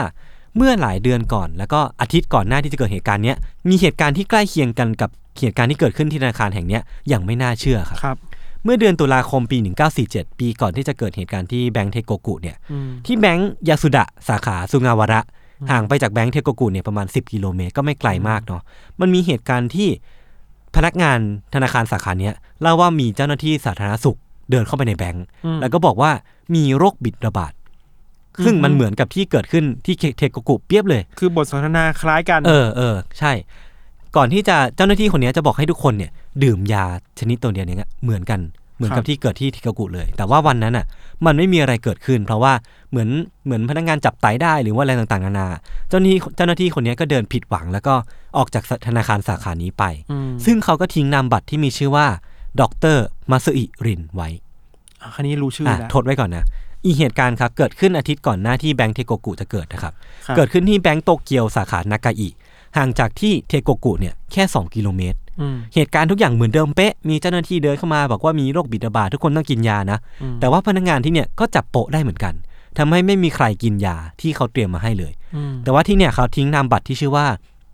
เมื่อหลายเดือนก่อน แล้วก็อาทิตย์ก่อนหน้าที่จะเกิดเหตุการณ์เนี้ยมีเหตุการณ์ที่ใกล้เคียงกันกับเหตุการณ์ที่เกิดขึ้นที่ธนาคารแห่งเนี้ยอย่างไม่น่าเชื่อครับ ครับ เมื่อเดือนตุลาคมปี 1947 ปีก่อนที่จะเกิดเหตุการณ์ที่แบงค์เทโกกุเนี่ย อืม ที่แบงค์ยาสุดะสาขาสุงาวาระ ห่างไปจากแบงค์เทโกกุเนี่ยประมาณ 10 กิโลเมตรก็ไม่ไกลมากเนาะมันมีเหตุการณ์ที่พนักงานธนาคารสาขาเนี้ยเล่าว่ามีเจ้าหน้าที่สาธารณสุขเดินเข้าไปในแบงค์ อืม แล้วก็บอกว่ามีโรคบิดระบาด ซึ่งมัน อืม เหมือนกับที่เกิดขึ้นที่เทโกกุเปียบเลย คือบทสนทนาคล้ายกัน เออเออใช่ ก่อนที่จะเจ้าหน้าที่คนเนี้ยจะบอกให้ทุกคนเนี่ยดื่มยาชนิดตัวเดียวเนี้ยเหมือนกันเหมือน ครั กับบ ที่เกิดที่ทิกากุเลย แต่ว่าวันนั้นอ่ะ มันไม่มีอะไรเกิดขึ้น เพราะว่าเหมือนเหมือนพนักงานจับไตได้หรือว่าอะไรต่างๆนานา เจ้าหน้าที่เจ้าหน้าที่คนเนี้ยก็เดินผิดหวัง แล้วก็ออกจากธนาคารสาขานี้ไป ม ซึ่งเขาก็ทิ้งนามบัตรที่มีชื่อว่าดรมาซอิรินไว้ อ่ะคันนี้รู้ชื่อ อ่ะ แล้ว ทดไว้ก่อนนะ อีกเหตุการณ์ครับ เกิดขึ้นอาทิตย์ก่อนหน้าที่แบงค์เทโกกุจะเกิดนะครับ ครับ เกิดขึ้นที่แบงก์โตเกียวสาขานากาอิ ห่างจากที่เทโกกุเนี่ยแค่ 2 กิโลเมตร อืม เหตุการณ์ทุกอย่างเหมือนเดิมเป๊ะ มีเจ้าหน้าที่เดินเข้ามาบอกว่ามีโรคบิดาบาดทุกคนต้องกินยานะ อืม แต่ว่าพนักงานที่เนี่ยก็จับโปะได้เหมือนกันทำให้ไม่มีใครกินยาที่เขาเตรียมมาให้เลย อืม แต่ว่าที่เนี่ยเขาทิ้งนามบัตรที่ชื่อว่า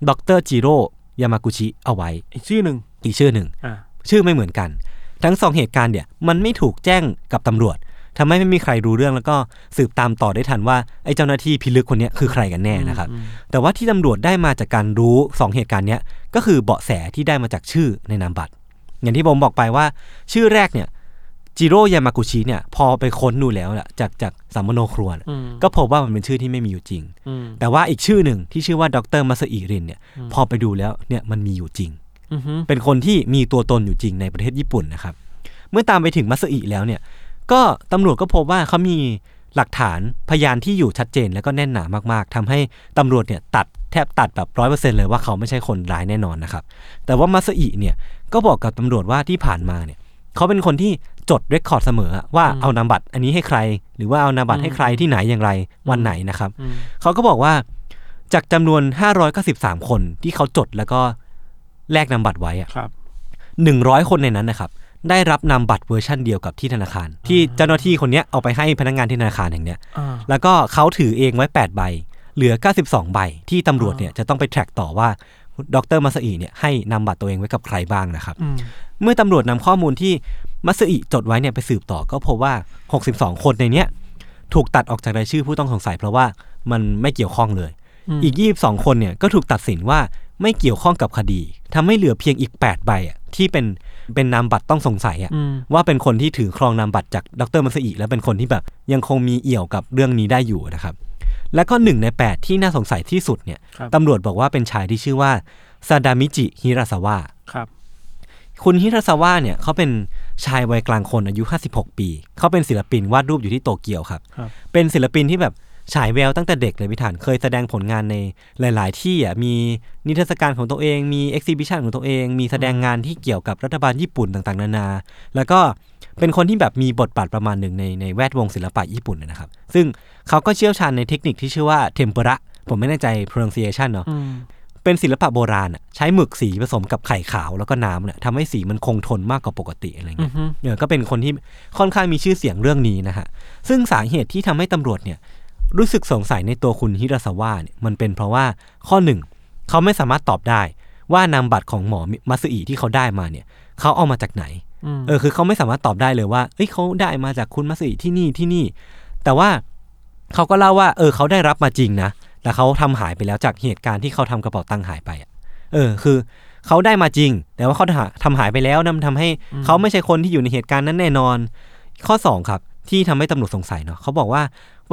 ดรจิโร่ยามากุชิเอาไว้ อีกชื่อหนึ่ง อีกชื่อหนึ่ง อ่ะ ชื่อไม่เหมือนกัน ทั้งสองเหตุการณ์เนี่ยมันไม่ถูกแจ้งกับตำรวจทำให้ไม่มีใครรู้เรื่องแล้วก็สืบตามต่อได้ทันว่าไอ้เจ้าหน้าที่พิลึกคนเนี้ยคือใครกันแน่นะครับ แต่ว่าที่ตำรวจได้มาจากการรู้สองเหตุการณ์เนี้ยก็คือเบาะแสที่ได้มาจากชื่อในนามบัตร อย่างที่ผมบอกไปว่าชื่อแรกเนี่ยจิโร่ยามากุชิเนี่ยพอไปค้นดูแล้วแหละจากจากสามโนครัวน่ะ อืม ก็พบว่ามันเป็นชื่อที่ไม่มีอยู่จริง อืม แต่ว่าอีกชื่อหนึ่งที่ชื่อว่าดรมาซาอิรินเนี่ยพอไปดูแล้วเนี่ยมันมีอยู่จริง อือฮึ เป็นคนที่มีตัวตนอยู่จริงในประเทศญี่ปุ่นนะครับ เมื่อตามไปถึงมัสอิแล้วเนี่ย ก็ตำรวจก็พบว่าเขามีหลักฐานพยานที่อยู่ชัดเจนแล้วก็แน่นหนามากๆทำให้ตำรวจเนี่ยตัดแทบตัดแบบร้อยเปอร์เซ็นเลยว่าเขาไม่ใช่คนร้ายแน่นอนนะครับ แต่ว่ามัสอิเนี่ยก็บอกกับตำรวจว่าที่ผ่านมาเนี่ยเขาเป็นคนที่จดเรคคอร์ดเสมออะว่าเอานามบัตรอันนี้ให้ใคร หรือว่าเอานามบัตรให้ใครที่ไหนอย่างไรวันไหนนะครับ อืม เขาก็บอกว่าจากจำนวน 593 คนที่เขาจดแล้วก็แลกนามบัตรไว้อะ ครับ หนึ่งร้อยคนในนั้นนะครับ ได้รับนามบัตรเวอร์ชันเดียวกับที่ธนาคาร ที่เจ้าหน้าที่คนเนี้ยเอาไปให้พนักงานที่ธนาคารแห่งเนี้ย อ่า แล้วก็เขาถือเองไว้ 8 ใบ เหลือ 92 ใบ ที่ตำรวจเนี่ยจะต้องไปแทร็กต่อว่าดรมาสอีเนี่ยให้นามบัตรตัวเองไว้กับใครบ้างนะครับ อืม เมื่อตำรวจนำข้อมูลที่มัสอิจดไว้เนี่ยไปสืบต่อก็พบว่า 62 คนในเนี้ยถูกตัดออกจากรายชื่อผู้ต้องสงสัย เพราะว่ามันไม่เกี่ยวข้องเลย อืม อีก 22 คนเนี่ยก็ถูกตัดสินว่าไม่เกี่ยวข้องกับคดีทำให้เหลือเพียงอีก 8 ใบอะที่เป็นเป็นนามบัตรต้องสงสัยอะ อืม ว่าเป็นคนที่ถือครองนามบัตรจากดรมัสอิและเป็นคนที่แบบยังคงมีเอี่ยวกับเรื่องนี้ได้อยู่นะครับ แล้วก็หนึ่งใน 8 ที่น่าสงสัยที่สุดเนี่ย ครับ ตำรวจบอกว่าเป็นชายที่ชื่อว่าซาดามิจิฮิราซาวะ ครับ คุณฮิราซาวะเนี่ยเขาเป็นชายวัยกลางคนอายุ 56 ปี เขาเป็นศิลปินวาดรูปอยู่ที่โตเกียวครับ ครับ เป็นศิลปินที่แบบฉายแววตั้งแต่เด็กเลยพิถันเคยแสดงผลงานในหลาย ๆ ที่อ่ะมีนิทรรศการของตัวเอง มีเอ็กซิบิชันของตัวเอง มีแสดงงานที่เกี่ยวกับรัฐบาลญี่ปุ่นต่างๆ นานา แล้วก็เป็นคนที่แบบมีบทบาทประมาณหนึ่งในในแวดวงศิลปะญี่ปุ่นนะครับ ซึ่งเขาก็เชี่ยวชาญในเทคนิคที่ชื่อว่าเทมเประผมไม่แน่ใจ pronunciation เนาะ อืม เป็นศิลปะโบราณอะใช้หมึกสีผสมกับไข่ขาวแล้วก็น้ำเนี่ยทำให้สีมันคงทนมากกว่าปกติอะไร อื เงี้ อย ฮึ เนี่ยก็เป็นคนที่ค่อนข้างมีชื่อเสียงเรื่องนี้นะฮะ ซึ่งสาเหตุที่ทำให้ตำรวจเนี่ยรู้สึกสงสัยในตัวคุณฮิราซาวะเนี่ยมันเป็นเพราะว่าข้อหนึ่งเขาไม่สามารถตอบได้ว่านามบัตรของหมอมัสอิที่เขาได้มาเนี่ยเขาเอามาจากไหน อืม เออคือเขาไม่สามารถตอบได้เลยว่าเอ้ยเขาได้มาจากคุณมัสอิที่นี่ที่นี่ แต่ว่าเขาก็เล่าว่า เออเขาได้รับมาจริงนะแต่เขาทำหายไปแล้วจากเหตุการณ์ที่เขาทำกระเป๋าตังค์หายไปอะเออ คือ เขาได้มาจริง แต่ว่าเขาหาทำหายไปแล้วนั่นมันทำให้เขาไม่ใช่คนที่อยู่ในเหตุการณ์นั้นแน่นอน ข้อ 2 ครับ ที่ทำให้ตำรวจสงสัยเนาะเขาบอกว่า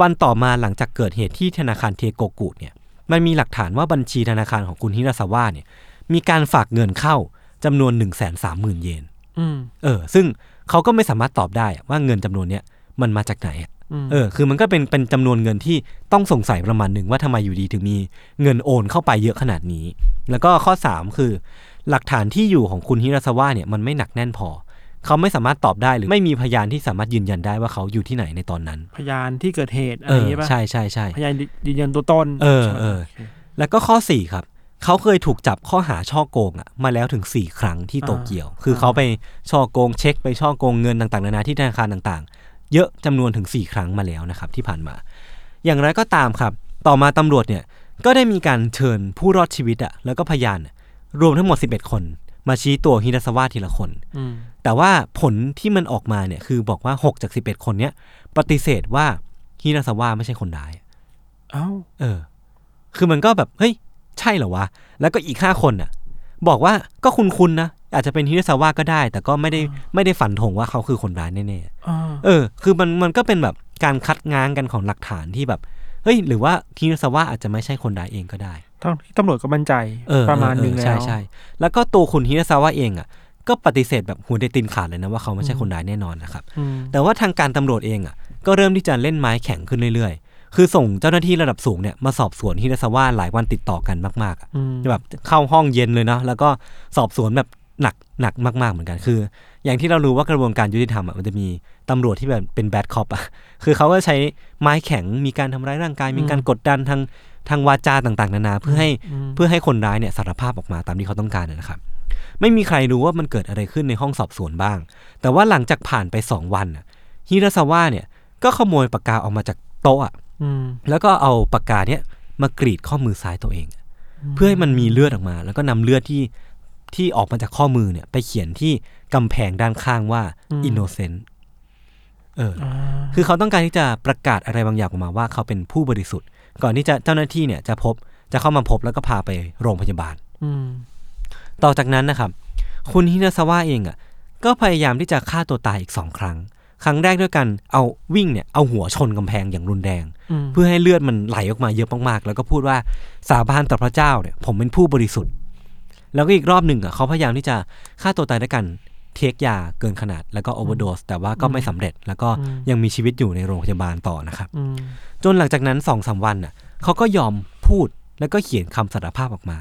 วันต่อมาหลังจากเกิดเหตุที่ธนาคารเทโกกุเนี่ยมันมีหลักฐานว่าบัญชีธนาคารของคุณฮิราซาวะเนี่ยมีการฝากเงินเข้าจำนวน1นึ่งแสนสามหมื่นเยน อืม เออ ซึ่งเขาก็ไม่สามารถตอบได้ว่าเงินจำนวนเนี้ยมันมาจากไหนอะ อืม เออ คือมันก็เป็นเป็นจำนวนเงินที่ต้องสงสัยประมาณหนึ่งว่าทำไมอยู่ดีถึงมีเงินโอนเข้าไปเยอะขนาดนี้ แล้วก็ข้อ 3 คือ หลักฐานที่อยู่ของคุณฮิราซาวะเนี่ยมันไม่หนักแน่นพอ เขาไม่สามารถตอบได้หรือไม่มีพยานที่สามารถยืนยันได้ว่าเขาอยู่ที่ไหนในตอนนั้น พยานที่เกิดเหตุอะ เอ ไรอ อย่าง เงี้ยป่ะ ใช่ใช่ใช่ พยานยืนยันตัวตน เออเออ แล้วก็ข้อ 4 ครับ เขาเคยถูกจับข้อหาช่อโกงอ่ะมาแล้วถึง 4 ครั้งที่โตเกียว คือเขาไปช่อโกงเช็คไปช่อโกงเงินต่างๆนานาที่ธนาคารต่างๆ เยอะจำนวนถึง 4 ครั้งมาแล้วนะครับที่ผ่านมา อย่างไรก็ตามครับ ต่อมาตำรวจเนี่ยก็ได้มีการเชิญผู้รอดชีวิตอ่ะแล้วก็พยานอะรวมทั้งหมด 11 คน มาชี้ตัวฮินาสวะทีละคน อืม แต่ว่าผลที่มันออกมาเนี่ยคือบอกว่า 6 จาก 11 คนเนี้ยปฏิเสธว่าฮินาสวะไม่ใช่คนร้าย เอ้า เออ คือมันก็แบบ เฮ้ย ใช่เหรอวะ แล้วก็อีกห้าคนน่ะ บอกว่าก็คุณคุณนะ อาจจะเป็นฮิรซาวะก็ได้ แต่ก็ไม่ได้ไม่ได้ฝันธงว่าเขาคือคนร้ายแน่ เออ ๆ เออ คือมันมันก็เป็นแบบการคัดง้างกันของหลักฐานที่แบบ เฮ้ย หรือว่าฮิรซาวะอาจจะไม่ใช่คนร้ายเองก็ได้ ทั้งที่ตำรวจก็มั่นใจ เออ ประมาณหนึง เออ แล้ว ใช่ใช่แล้วก็ตัวคุณฮิรซาวะเองอ่ะ ก็ปฏิเสธแบบหัวเดตินขาดเลยนะว่าเขาไม่ใช่คนร้ายแน่นอนนะครับ อืม แต่ว่าทางการตำรวจเองอ่ะก็เริ่มที่จะเล่นไม้แข็งขึ้นเรื่อยๆ คือส่งเจ้าหน้าที่ระดับสูงเนี่ยมาสอบสวนฮิราซาวะหลายวันติดต่อกันมากๆอะ อืม แบบเข้าห้องเย็นเลยเนาะแล้วก็สอบสวนแบบหนักหนักมาก ๆเหมือนกันคือ อย่างที่เรารู้ว่ากระบวนการยุติธรรมอ่ะมันจะมีตำรวจที่แบบเป็นแบดคอปอ่ะ คือเขาก็ใช้ไม้แข็งมีการทำร้ายร่างกาย มีการกดดันทางทางวาจาต่างๆ นานาเพื่อให้ เพื่อให้คนร้ายเนี่ยสารภาพออกมาตามที่เขาต้องการนะนะครับ ไม่มีใครรู้ว่ามันเกิดอะไรขึ้นในห้องสอบสวนบ้าง แต่ว่าหลังจากผ่านไป 2 วันน่ะฮิราซาวะเนี่ยก็ขโมยปากกาออกมาจากโต๊ะอะ อืม แล้วก็เอาปากกาเนี่ยมากรีดข้อมือซ้ายตัวเอง เพื่อให้มันมีเลือดออกมา แล้วก็นำเลือดที่ที่ออกมาจากข้อมือเนี่ยไปเขียนที่กำแพงด้านข้างว่า innocent เอออ คือเขาต้องการที่จะประกาศอะไรบางอย่างออกมาว่าเขาเป็นผู้บริสุทธิ์ ก่อนที่จะเจ้าหน้าที่เนี่ยจะพบจะเข้ามาพบแล้วก็พาไปโรงพยาบาล อืม ต่อจากนั้นนะครับ คุณฮินาซาวะเองอ่ะก็พยายามที่จะฆ่าตัวตายอีกสองครั้ง ครั้งแรกด้วยกันเอาวิ่งเนี่ยเอาหัวชนกำแพงอย่างรุนแรง อืม เพื่อให้เลือดมันไหลออกมาเยอะมากๆ แล้วก็พูดว่าสาบานต่อพระเจ้าเนี่ยผมเป็นผู้บริสุทธิ์ แล้วก็อีกรอบหนึ่งอ่ะเขาพยายามที่จะฆ่าตัวตายด้วยกันเทคยาเกินขนาดแล้วก็โอเวอร์โดสแต่ว่าก็ไม่สำเร็จแล้วก็ยังมีชีวิตอยู่ในโรงพยาบาลต่อนะครับ อืม จนหลังจากนั้นสองสาวันน่ะเขาก็ยอมพูดแล้วก็เขียนคำสารภาพออกมา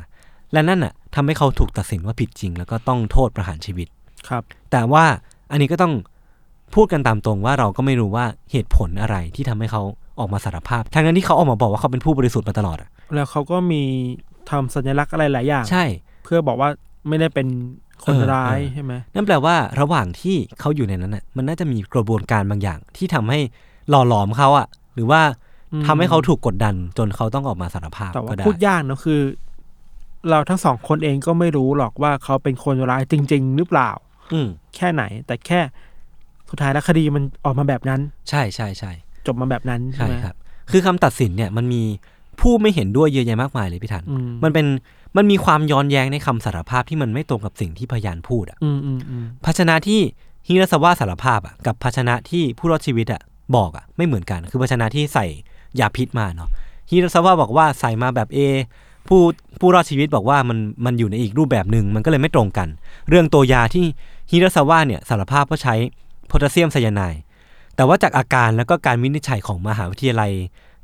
และนั่นน่ะทำให้เขาถูกตัดสินว่าผิดจริง แล้วก็ต้องโทษประหารชีวิต ครับ แต่ว่าอันนี้ก็ต้องพูดกันตามตรงว่าเราก็ไม่รู้ว่าเหตุผลอะไรที่ทำให้เขาออกมาสารภาพทั้งนั้นที่เขาออกมาบอกว่าเขาเป็นผู้บริสุทธิ์มาตลอดอ่ะ แล้วเขาก็มีทำสัญลักษณ์อะไรหลายอย่าง ใช่ เพื่อบอกว่าไม่ได้เป็นคน เออ ร้าย เออ ใช่ไหม นั่นแปลว่าระหว่างที่เขาอยู่ในนั้นน่ะมันน่าจะมีกระบวนการบางอย่างที่ทำให้หล่อหลอมเขาอ่ะ หรือว่าทำให้เขาถูกกดดันจนเขาต้องออกมาสารภาพ แต่ว่า ก็ได้ พูดยากเนอะคือ เราทั้งสองคนเองก็ไม่รู้หรอกว่าเขาเป็นคนร้ายจริง ๆ หรือเปล่า อืม แค่ไหน แต่แค่สุดท้ายแล้วคดีมันออกมาแบบนั้น ใช่ใช่ใช่ จบมาแบบนั้นใช่ ใช่ ไหม ครับ คือคำตัดสินเนี่ยมันมีผู้ไม่เห็นด้วยเยอะแยะมากมายเลยพี่ทัน อืม มันเป็นมันมีความย้อนแย้งในคำสารภาพที่มันไม่ตรงกับสิ่งที่พยานพูดอะ อืมอืมอืม ภาชนะที่ฮิราสวะสารภาพอะกับภาชนะที่ผู้รอดชีวิตอะบอกอะไม่เหมือนกัน คือภาชนะที่ใส่ยาพิษมาเนาะฮิราสวะบอกว่าใส่มาแบบ A ผู้ผู้รอดชีวิตบอกว่ามันมันอยู่ในอีกรูปแบบหนึ่งมันก็เลยไม่ตรงกัน เรื่องตัวยาที่ฮิราสวะเนี่ยสารภาพว่าใช้โพแทสเซียมไซยาไนด์ แต่ว่าจากอาการแล้วก็การวินิจฉัยของมหาวิทยาลัย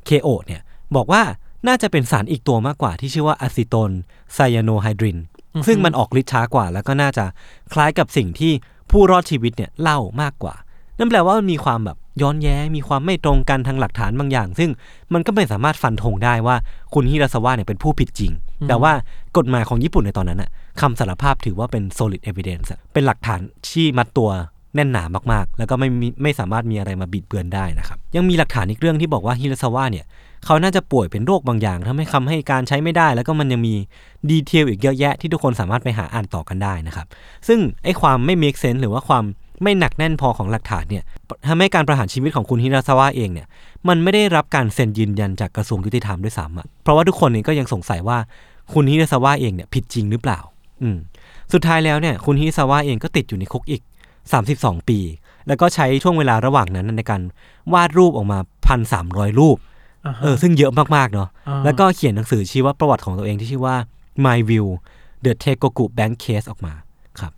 เคโอเนี่ยบอกว่าน่าจะเป็นสารอีกตัวมากกว่าที่ชื่อว่าอะซิโตนไซยาโนไฮดริน ซึ่งมันออกฤทธิ์ช้ากว่า แล้วก็น่าจะคล้ายกับสิ่งที่ผู้รอดชีวิตเนี่ยเล่ามากกว่า นั่นแปลว่ามันมีความแบบย้อนแย้งมีความไม่ตรงกันทางหลักฐานบางอย่าง ซึ่งมันก็ไม่สามารถฟันธงได้ว่าคุณฮิราซาวะเนี่ยเป็นผู้ผิดจริง แต่ว่ากฎหมายของญี่ปุ่นในตอนนั้นน่ะคำสารภาพถือว่าเป็น solid evidence อะเป็นหลักฐานที่มัดตัว แน่นหนามากๆ แล้วก็ไม่มีไม่สามารถมีอะไรมาบิดเบือนได้นะครับ ยังมีหลักฐานอีกเรื่องที่บอกว่าฮิราซาวะเนี่ย เขาน่าจะป่วยเป็นโรคบางอย่างทำให้คำให้การใช้ไม่ได้ แล้วก็มันยังมีดีเทลอีกเยอะแยะที่ทุกคนสามารถไปหาอ่านต่อกันได้นะครับ ซึ่งไอ้ความไม่ make sense หรือว่าความไม่หนักแน่นพอของหลักฐานเนี่ยทำให้การประหารชีวิตของคุณฮิราซาวะเองเนี่ย มันไม่ได้รับการเซ็นยืนยันจากกระทรวงยุติธรรมด้วยซ้ำอะเพราะว่าทุกคนเนี่ยก็ยังสงสัยว่าคุณฮิราซาวะเองเนี่ยผิดจริงหรือเปล่า อืม สุดท้ายแล้วเนี่ยคุณฮิซาวะเองก็ติดอยู่ในคุกอีก 32 ปี แล้วก็ใช้ช่วงเวลาระหว่างนั้นในการวาดรูปออกมาพันสามร้อยรูป าฮะ เออซึ่งเยอะมาก ๆ เนาะ อ่า แล้วก็เขียนหนังสือชีวประวัติของตัวเองที่ชื่อว่า My View The Tegoku Bank Case ออกมาครับ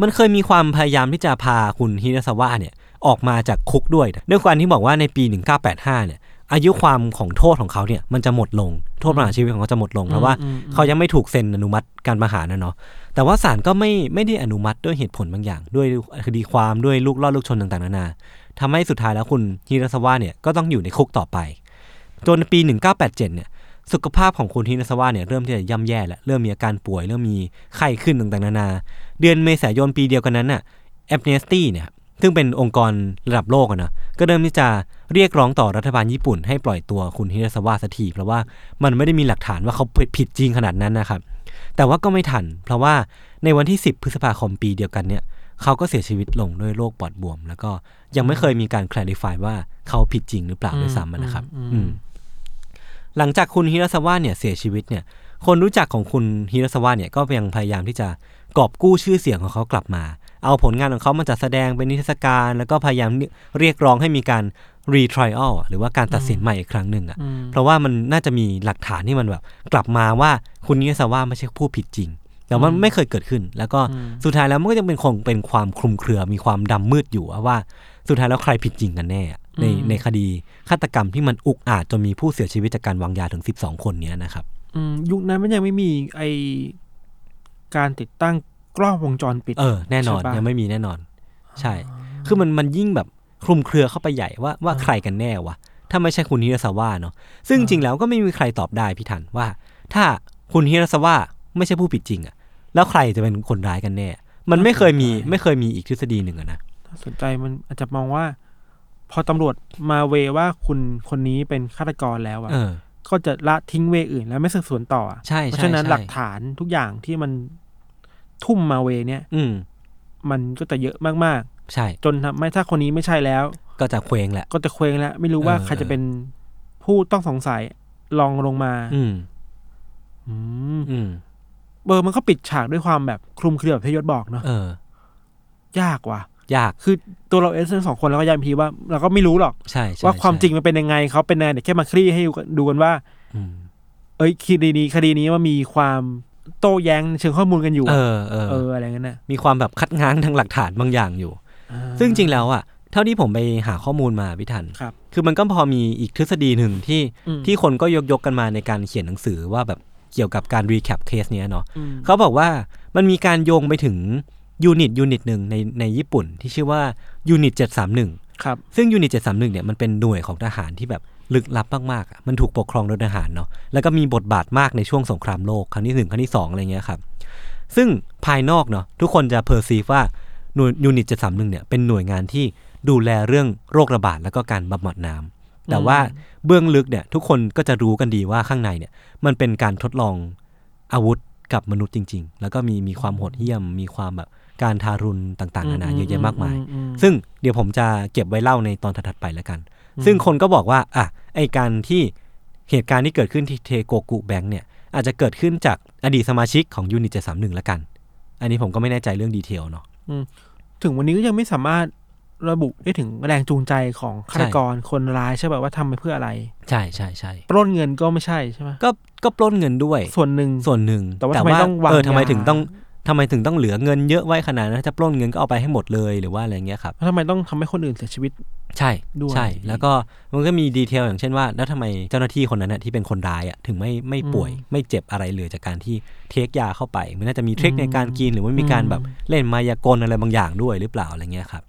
มันเคยมีความพยายามที่จะพาคุณฮินาซาวะเนี่ยออกมาจากคุกด้วยนะด้วยความที่บอกว่าในปี 1985 เนี่ย อายุความของโทษของเขาเนี่ยมันจะหมดลงโทษประหารชีวิตของเขาจะหมดลงเพราะว่าเขายังไม่ถูกเซ็นอนุมัติการประหารนะเนาะแต่ว่าศาลก็ไม่ไม่ได้อนุมัติด้วยเหตุผลบางอย่าง ด้วยคดีความด้วยลูกล่อลูกชนต่างๆนานาทำให้สุดท้ายแล้วคุณฮินาซาวะเนี่ยก็ต้องอยู่ในคุกต่อไป จนปี 1987 เนี่ย สุขภาพของคุณฮินาสวะเนี่ยเริ่มที่จะย่ำแย่แล้วเริ่มมีอาการป่วยเริ่มมีไข้ขึ้นต่างๆนานา เดือนเมษายนปีเดียวกันนั้นน่ะแอปเนสตี้เนี่ย ซึ่งเป็นองค์กรระดับโลกอะนะก็เริ่มที่จะเรียกร้องต่อรัฐบาลญี่ปุ่นให้ปล่อยตัวคุณฮินาสวะสักทีเพราะว่ามันไม่ได้มีหลักฐานว่าเขาผิดจริงขนาดนั้นนะครับ แต่ว่าก็ไม่ทัน เพราะว่าในวันที่ 10 พฤษภาคมปีเดียวกันเนี่ยเขาก็เสียชีวิตลงด้วยโรคปอดบวม แล้วก็ยังไม่เคยมีการ clarify ว่าเขาผิดจริงหรือเปล่าด้วยซ้ำอะนะครับ อืม หลังจากคุณฮิราซาวะเนี่ยเสียชีวิตเนี่ย คนรู้จักของคุณฮิราซาวะเนี่ยก็ยังพยายามที่จะกอบกู้ชื่อเสียงของเขากลับมา เอาผลงานของเขามาจัดแสดงเป็นนิทรรศการ แล้วก็พยายามเรียกร้องให้มีการรีทริอัลหรือว่าการตัดสินใหม่อีกครั้งหนึ่งอะ่ะ เพราะว่ามันน่าจะมีหลักฐานที่มันแบบกลับมาว่าคุณฮิราซาวะไม่ใช่ผู้ผิดจริง แต่มันไม่เคยเกิดขึ้น แล้วก็สุดท้ายแล้วมันก็ยังเป็นคงเป็นความคลุมเครือมีความดำมืดอยู่อะว่า สุดท้ายแล้วใครผิดจริงกันแน่อะในในคดีฆาตกรรมที่มันอุกอาจจนมีผู้เสียชีวิตจากการวางยาถึง 12 คนเนี้ยนะครับ อืมยุคนั้นมันยังไม่มีไอการติดตั้งกล้องวงจรปิด เออ แน่นอน ใช่ปะ ยังไม่มีแน่นอน ใช่ คือมันมันยิ่งแบบคลุมเครือเข้าไปใหญ่ว่าว่าใครกันแน่วะถ้าไม่ใช่คุณฮิราซาวะเนาะซึ่งจริงๆแล้วก็ไม่มีใครตอบได้พี่ทันว่า ถ้าคุณฮิราซาวะไม่ใช่ผู้ผิดจริงอะแล้วใครจะเป็นคนร้ายกันแน่ มันไม่เคยมีไม่เคยมีอีกทฤษฎีหนึ่งอะนะ น่าสนใจมันอาจจะมองว่า พอตำรวจมาเวว่าคุณคนนี้เป็นฆาตกรแล้วอะ เออ ก็จะละทิ้งเวอื่นแล้วไม่สืบสวนต่ออะ ใช่ใช่ เพราะฉะนั้น ใช่ หลักฐานทุกอย่างที่มันทุ่มมาเวเนี่ย อืม มันก็จะเยอะมาก ใช่ ๆ จนทำให้ถ้าคนนี้ไม่ใช่แล้ว ก็จะเคว้งแหละ ก็จะเคว้งแล้ว ไม่รู้ว่า เออ ใครจะเป็นผู้ต้องสงสัยลองลงมา อืม อืม อืม เบอร์มันก็ปิดฉากด้วยความแบบคลุมเครือแบบที่ยศบอกเนาะ เออ ยากว่ะ ยาก คือตัวเราเองทั้งสองคนเราก็ย้ำทีว่าเราก็ไม่รู้หรอก ใช่ใช่ ว่าความ ใช่ จริงมันเป็นยังไงเขาเป็นยังไงเดี๋ยวแค่มาคลี่ให้ดูกันดูกันว่า อืม เอ้ยคดีนี้คดีนี้มันมีความโต้แย้งในเชิงข้อมูลกันอยู่ เอ อะ อเออ เอออะไรเงี้ยนะ มีความแบบคัดง้างทางหลักฐานบางอย่างอยู่ ซึ่งจริงแล้วอ่ะ เท่าที่ผมไปหาข้อมูลมาพี่ทัน ครับ คือมันก็พอมีอีกทฤษฎีหนึ่งที่ อืม ที่คนก็ยกยกกันมาในการเขียนหนังสือว่าแบบเกี่ยวกับการรีแคปเคสเนี้ยเนาะ อืม เขาบอกว่ามันมีการโยงไปถึงยูนิตยูนิตหนึ่งในในญี่ปุ่นที่ชื่อว่ายูนิต731 ครับ ซึ่งยูนิต731เนี่ยมันเป็นหน่วยของทหารที่แบบลึกลับมากๆอะมันถูกปกครองโดยทหารเนาะ แล้วก็มีบทบาทมากในช่วงสงครามโลกครั้งที่หนึ่งครั้งที่สองอะไรเงี้ยครับ ซึ่งภายนอกเนาะทุกคนจะเพอร์ซีฟว่าหน่วยยูนิต731เนี่ยเป็นหน่วยงานที่ดูแลเรื่องโรคระบาดแล้วก็การบำบัดน้ำแต่ว่าเบื้องลึกเนี่ยทุกคนก็จะรู้กันดีว่าข้างในเนี่ยมันเป็นการทดลองอาวุธกับมนุษย์จริง ๆ แล้วก็มีมีความโหดเหี้ยม มีความแบบการทารุณต่างๆนานาเยอะแยะมากมาย ซึ่ง ซึ่งเดี๋ยวผมจะเก็บไว้เล่าในตอนถัดๆไปแล้วกัน ซึ่งคนก็บอกว่า อ่ะ ไอการที่เหตุการณ์ที่เกิดขึ้นที่เทโกกุแบงค์เนี่ย อาจจะเกิดขึ้นจากอดีตสมาชิกของยูนิตเจ็ดสามหนึ่งแล้วกัน อันนี้ผมก็ไม่แน่ใจเรื่องดีเทลเนาะ ถึงวันนี้ก็ยังไม่สามารถระบุได้ถึงแรงจูงใจของฆาตกรคนร้ายใช่ป่ะว่าทำไปเพื่ออะไร ใช่ใช่ใช่ ปล้นเงินก็ไม่ใช่ใช่ไหม ก็ก็ปล้นเงินด้วย ส่วนหนึ่ง ส่วนหนึ่ง แต่ว่าทำไมต้องวาง เออทำไม ยา ถึงต้องทำไมถึงต้องเหลือเงินเยอะไว้ขนาดนั้นถ้าปล้นเงินก็เอาไปให้หมดเลยหรือว่าอะไรเงี้ยครับ แล้วทำไมต้องทำให้คนอื่นเสียชีวิต ใช่ ด้วย ใช่แล้วก็มันก็มีดีเทลอย่างเช่นว่า แล้วทำไมเจ้าหน้าที่คนนั้นนะที่เป็นคนร้ายอ่ะถึงไม่ไม่ป่วย อืม ไม่เจ็บอะไรเลยจากการที่เทคยาเข้าไป มันน่าจะมีทริค อืม ในการกินหรือว่ามีการ อืม แบบเล่นมายากลอะไรบางอย่างด้วยหรือเปล่าอะไรเงี้ยครับ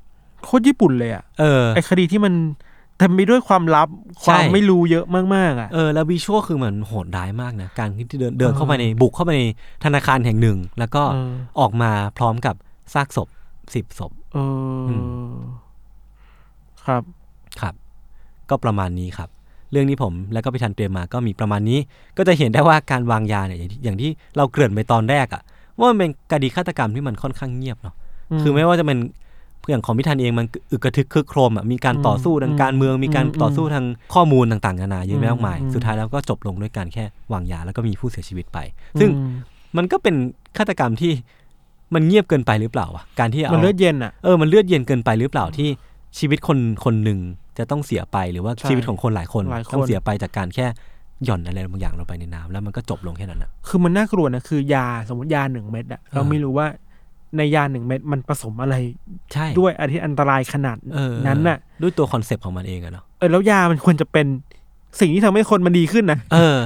โคตรญี่ปุ่นเลยอ่ะ เออ ไอคดีที่มันเต็มไปด้วยความลับค ใช่ วามไม่รู้เยอะมากๆอ่ะ เออแล้ววิชวลคือเหมือนโหดร้ายมากนะการที่เดินเดินเข้าไปในบุกเข้าไปในธนาคารแห่งหนึ่ง แล้วก็ เออ ออกมาพร้อมกับซากศพสิบศพ เอออครับ ครับ ก็ประมาณนี้ครับ เรื่องที่ผมแล้วก็พิธันเตรียมมาก็มีประมาณนี้ ก็จะเห็นได้ว่าการวางยาเนี่ยอย่างที่อย่างที่เราเกริ่นไปตอนแรกอะว่ามันเป็นคดีฆาตกรรมที่มันค่อนข้างเงียบเนาะ อืม คือไม่ว่าจะเป็นอย่างของพิธันเองมันอึกระทึกคึกโครมอะมีการต่อสู้ทางการเมือง มีการ อืม ต่อสู้ทางข้อมูลต่างๆนานาเยอะแยะมากมาย อืม สุดท้ายแล้วก็จบลงด้วยการแค่วางยาแล้วก็มีผู้เสียชีวิตไป ซึ่ง อืม มันก็เป็นฆาตกรรมที่ มันเงียบเกินไปหรือเปล่าวะการที่เอา มันเลือดเย็นอ่ะ เออมันเลือดเย็นเกินไปหรือเปล่าที่ชีวิตคนคนหนึ่งจะต้องเสียไปหรือว่า ใช่ ชีวิตของคนหลายคน หลายคน ต้องเสียไปจากการแค่หย่อนอะไรบางอย่างลงไปในน้ำแล้วมันก็จบลงแค่นั้นอะ คือมันน่ากลัวนะคือยาสมมติยาหนึ่งเม็ดอะเรา อ่า ไม่รู้ว่าในยาหนึ่งเม็ดมันผสมอะไร ใช่ ด้วยอะไรที่อันตรายขนาด เออ นั้นน่ะ ด้วยตัวคอนเซปต์ของมันเองอะเนาะ เออแล้วยามันควรจะเป็นสิ่งที่ทำให้คนมันดีขึ้นนะ เออ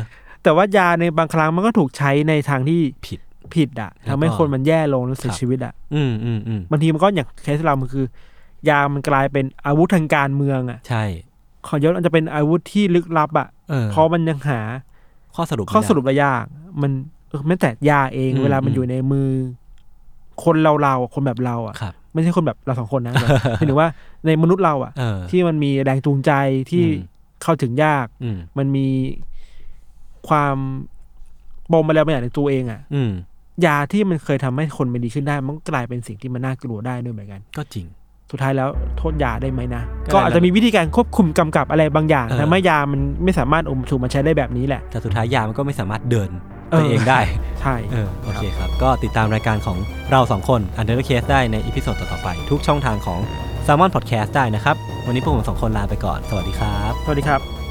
แต่ว่ายาในบางครั้งมันก็ถูกใช้ในทางที่ ผิด ผิดอะ แล้วก็ ทำให้คนมันแย่ลงแล้วเสียชีวิตอะ อืมอืมอืม บางทีมันก็อย่างเคสเรามันคือ ยามันกลายเป็นอาวุธทางการเมืองอะ ใช่ ขอยศมันจะเป็นอาวุธที่ลึกลับอะ เออ เพราะมันยังหา ข้อสรุปไม่ได้ ข้อสรุประยากมันเออแม้แต่ยาเอง อืม เวลามัน อืม อยู่ในมือ คนเราเราๆอะคนแบบเราอะ ครับ ไม่ใช่คนแบบเราสองคน นะ หมายถึงว่าในมนุษย์เราอะ เออ ที่มันมีแรงจูงใจที่ อืม เข้าถึงยาก อืม มันมีความปมอะไรบางอย่างในตัวเองอะ อืม ยาที่มันเคยทำให้คนไม่ดีขึ้นได้ มันก็กลายเป็นสิ่งที่มันน่ากลัวได้ด้วยเหมือนกัน ก็จริง สุดท้ายแล้วโทษยาได้ไหมนะ ก็ ก็อาจจะมีวิธีการควบคุมกำกับอะไรบางอย่าง เออ ทำให้ยามันไม่สามารถเอมถูกมาใช้ได้แบบนี้แหละ แต่สุดท้ายยามันก็ไม่สามารถเดิน เอ ไป อ เองได้ ใช่ เออโอเคครับ ก็ติดตามรายการของเราสองคน u n d e r c a s e ได้ในอีพิโซดต่อๆไป ทุกช่องทางของ s ซ l m o n Podcast ได้นะครับ วันนี้พวกผมสองคนลาไปก่อน สวัสดีครับ สวัสดีครับ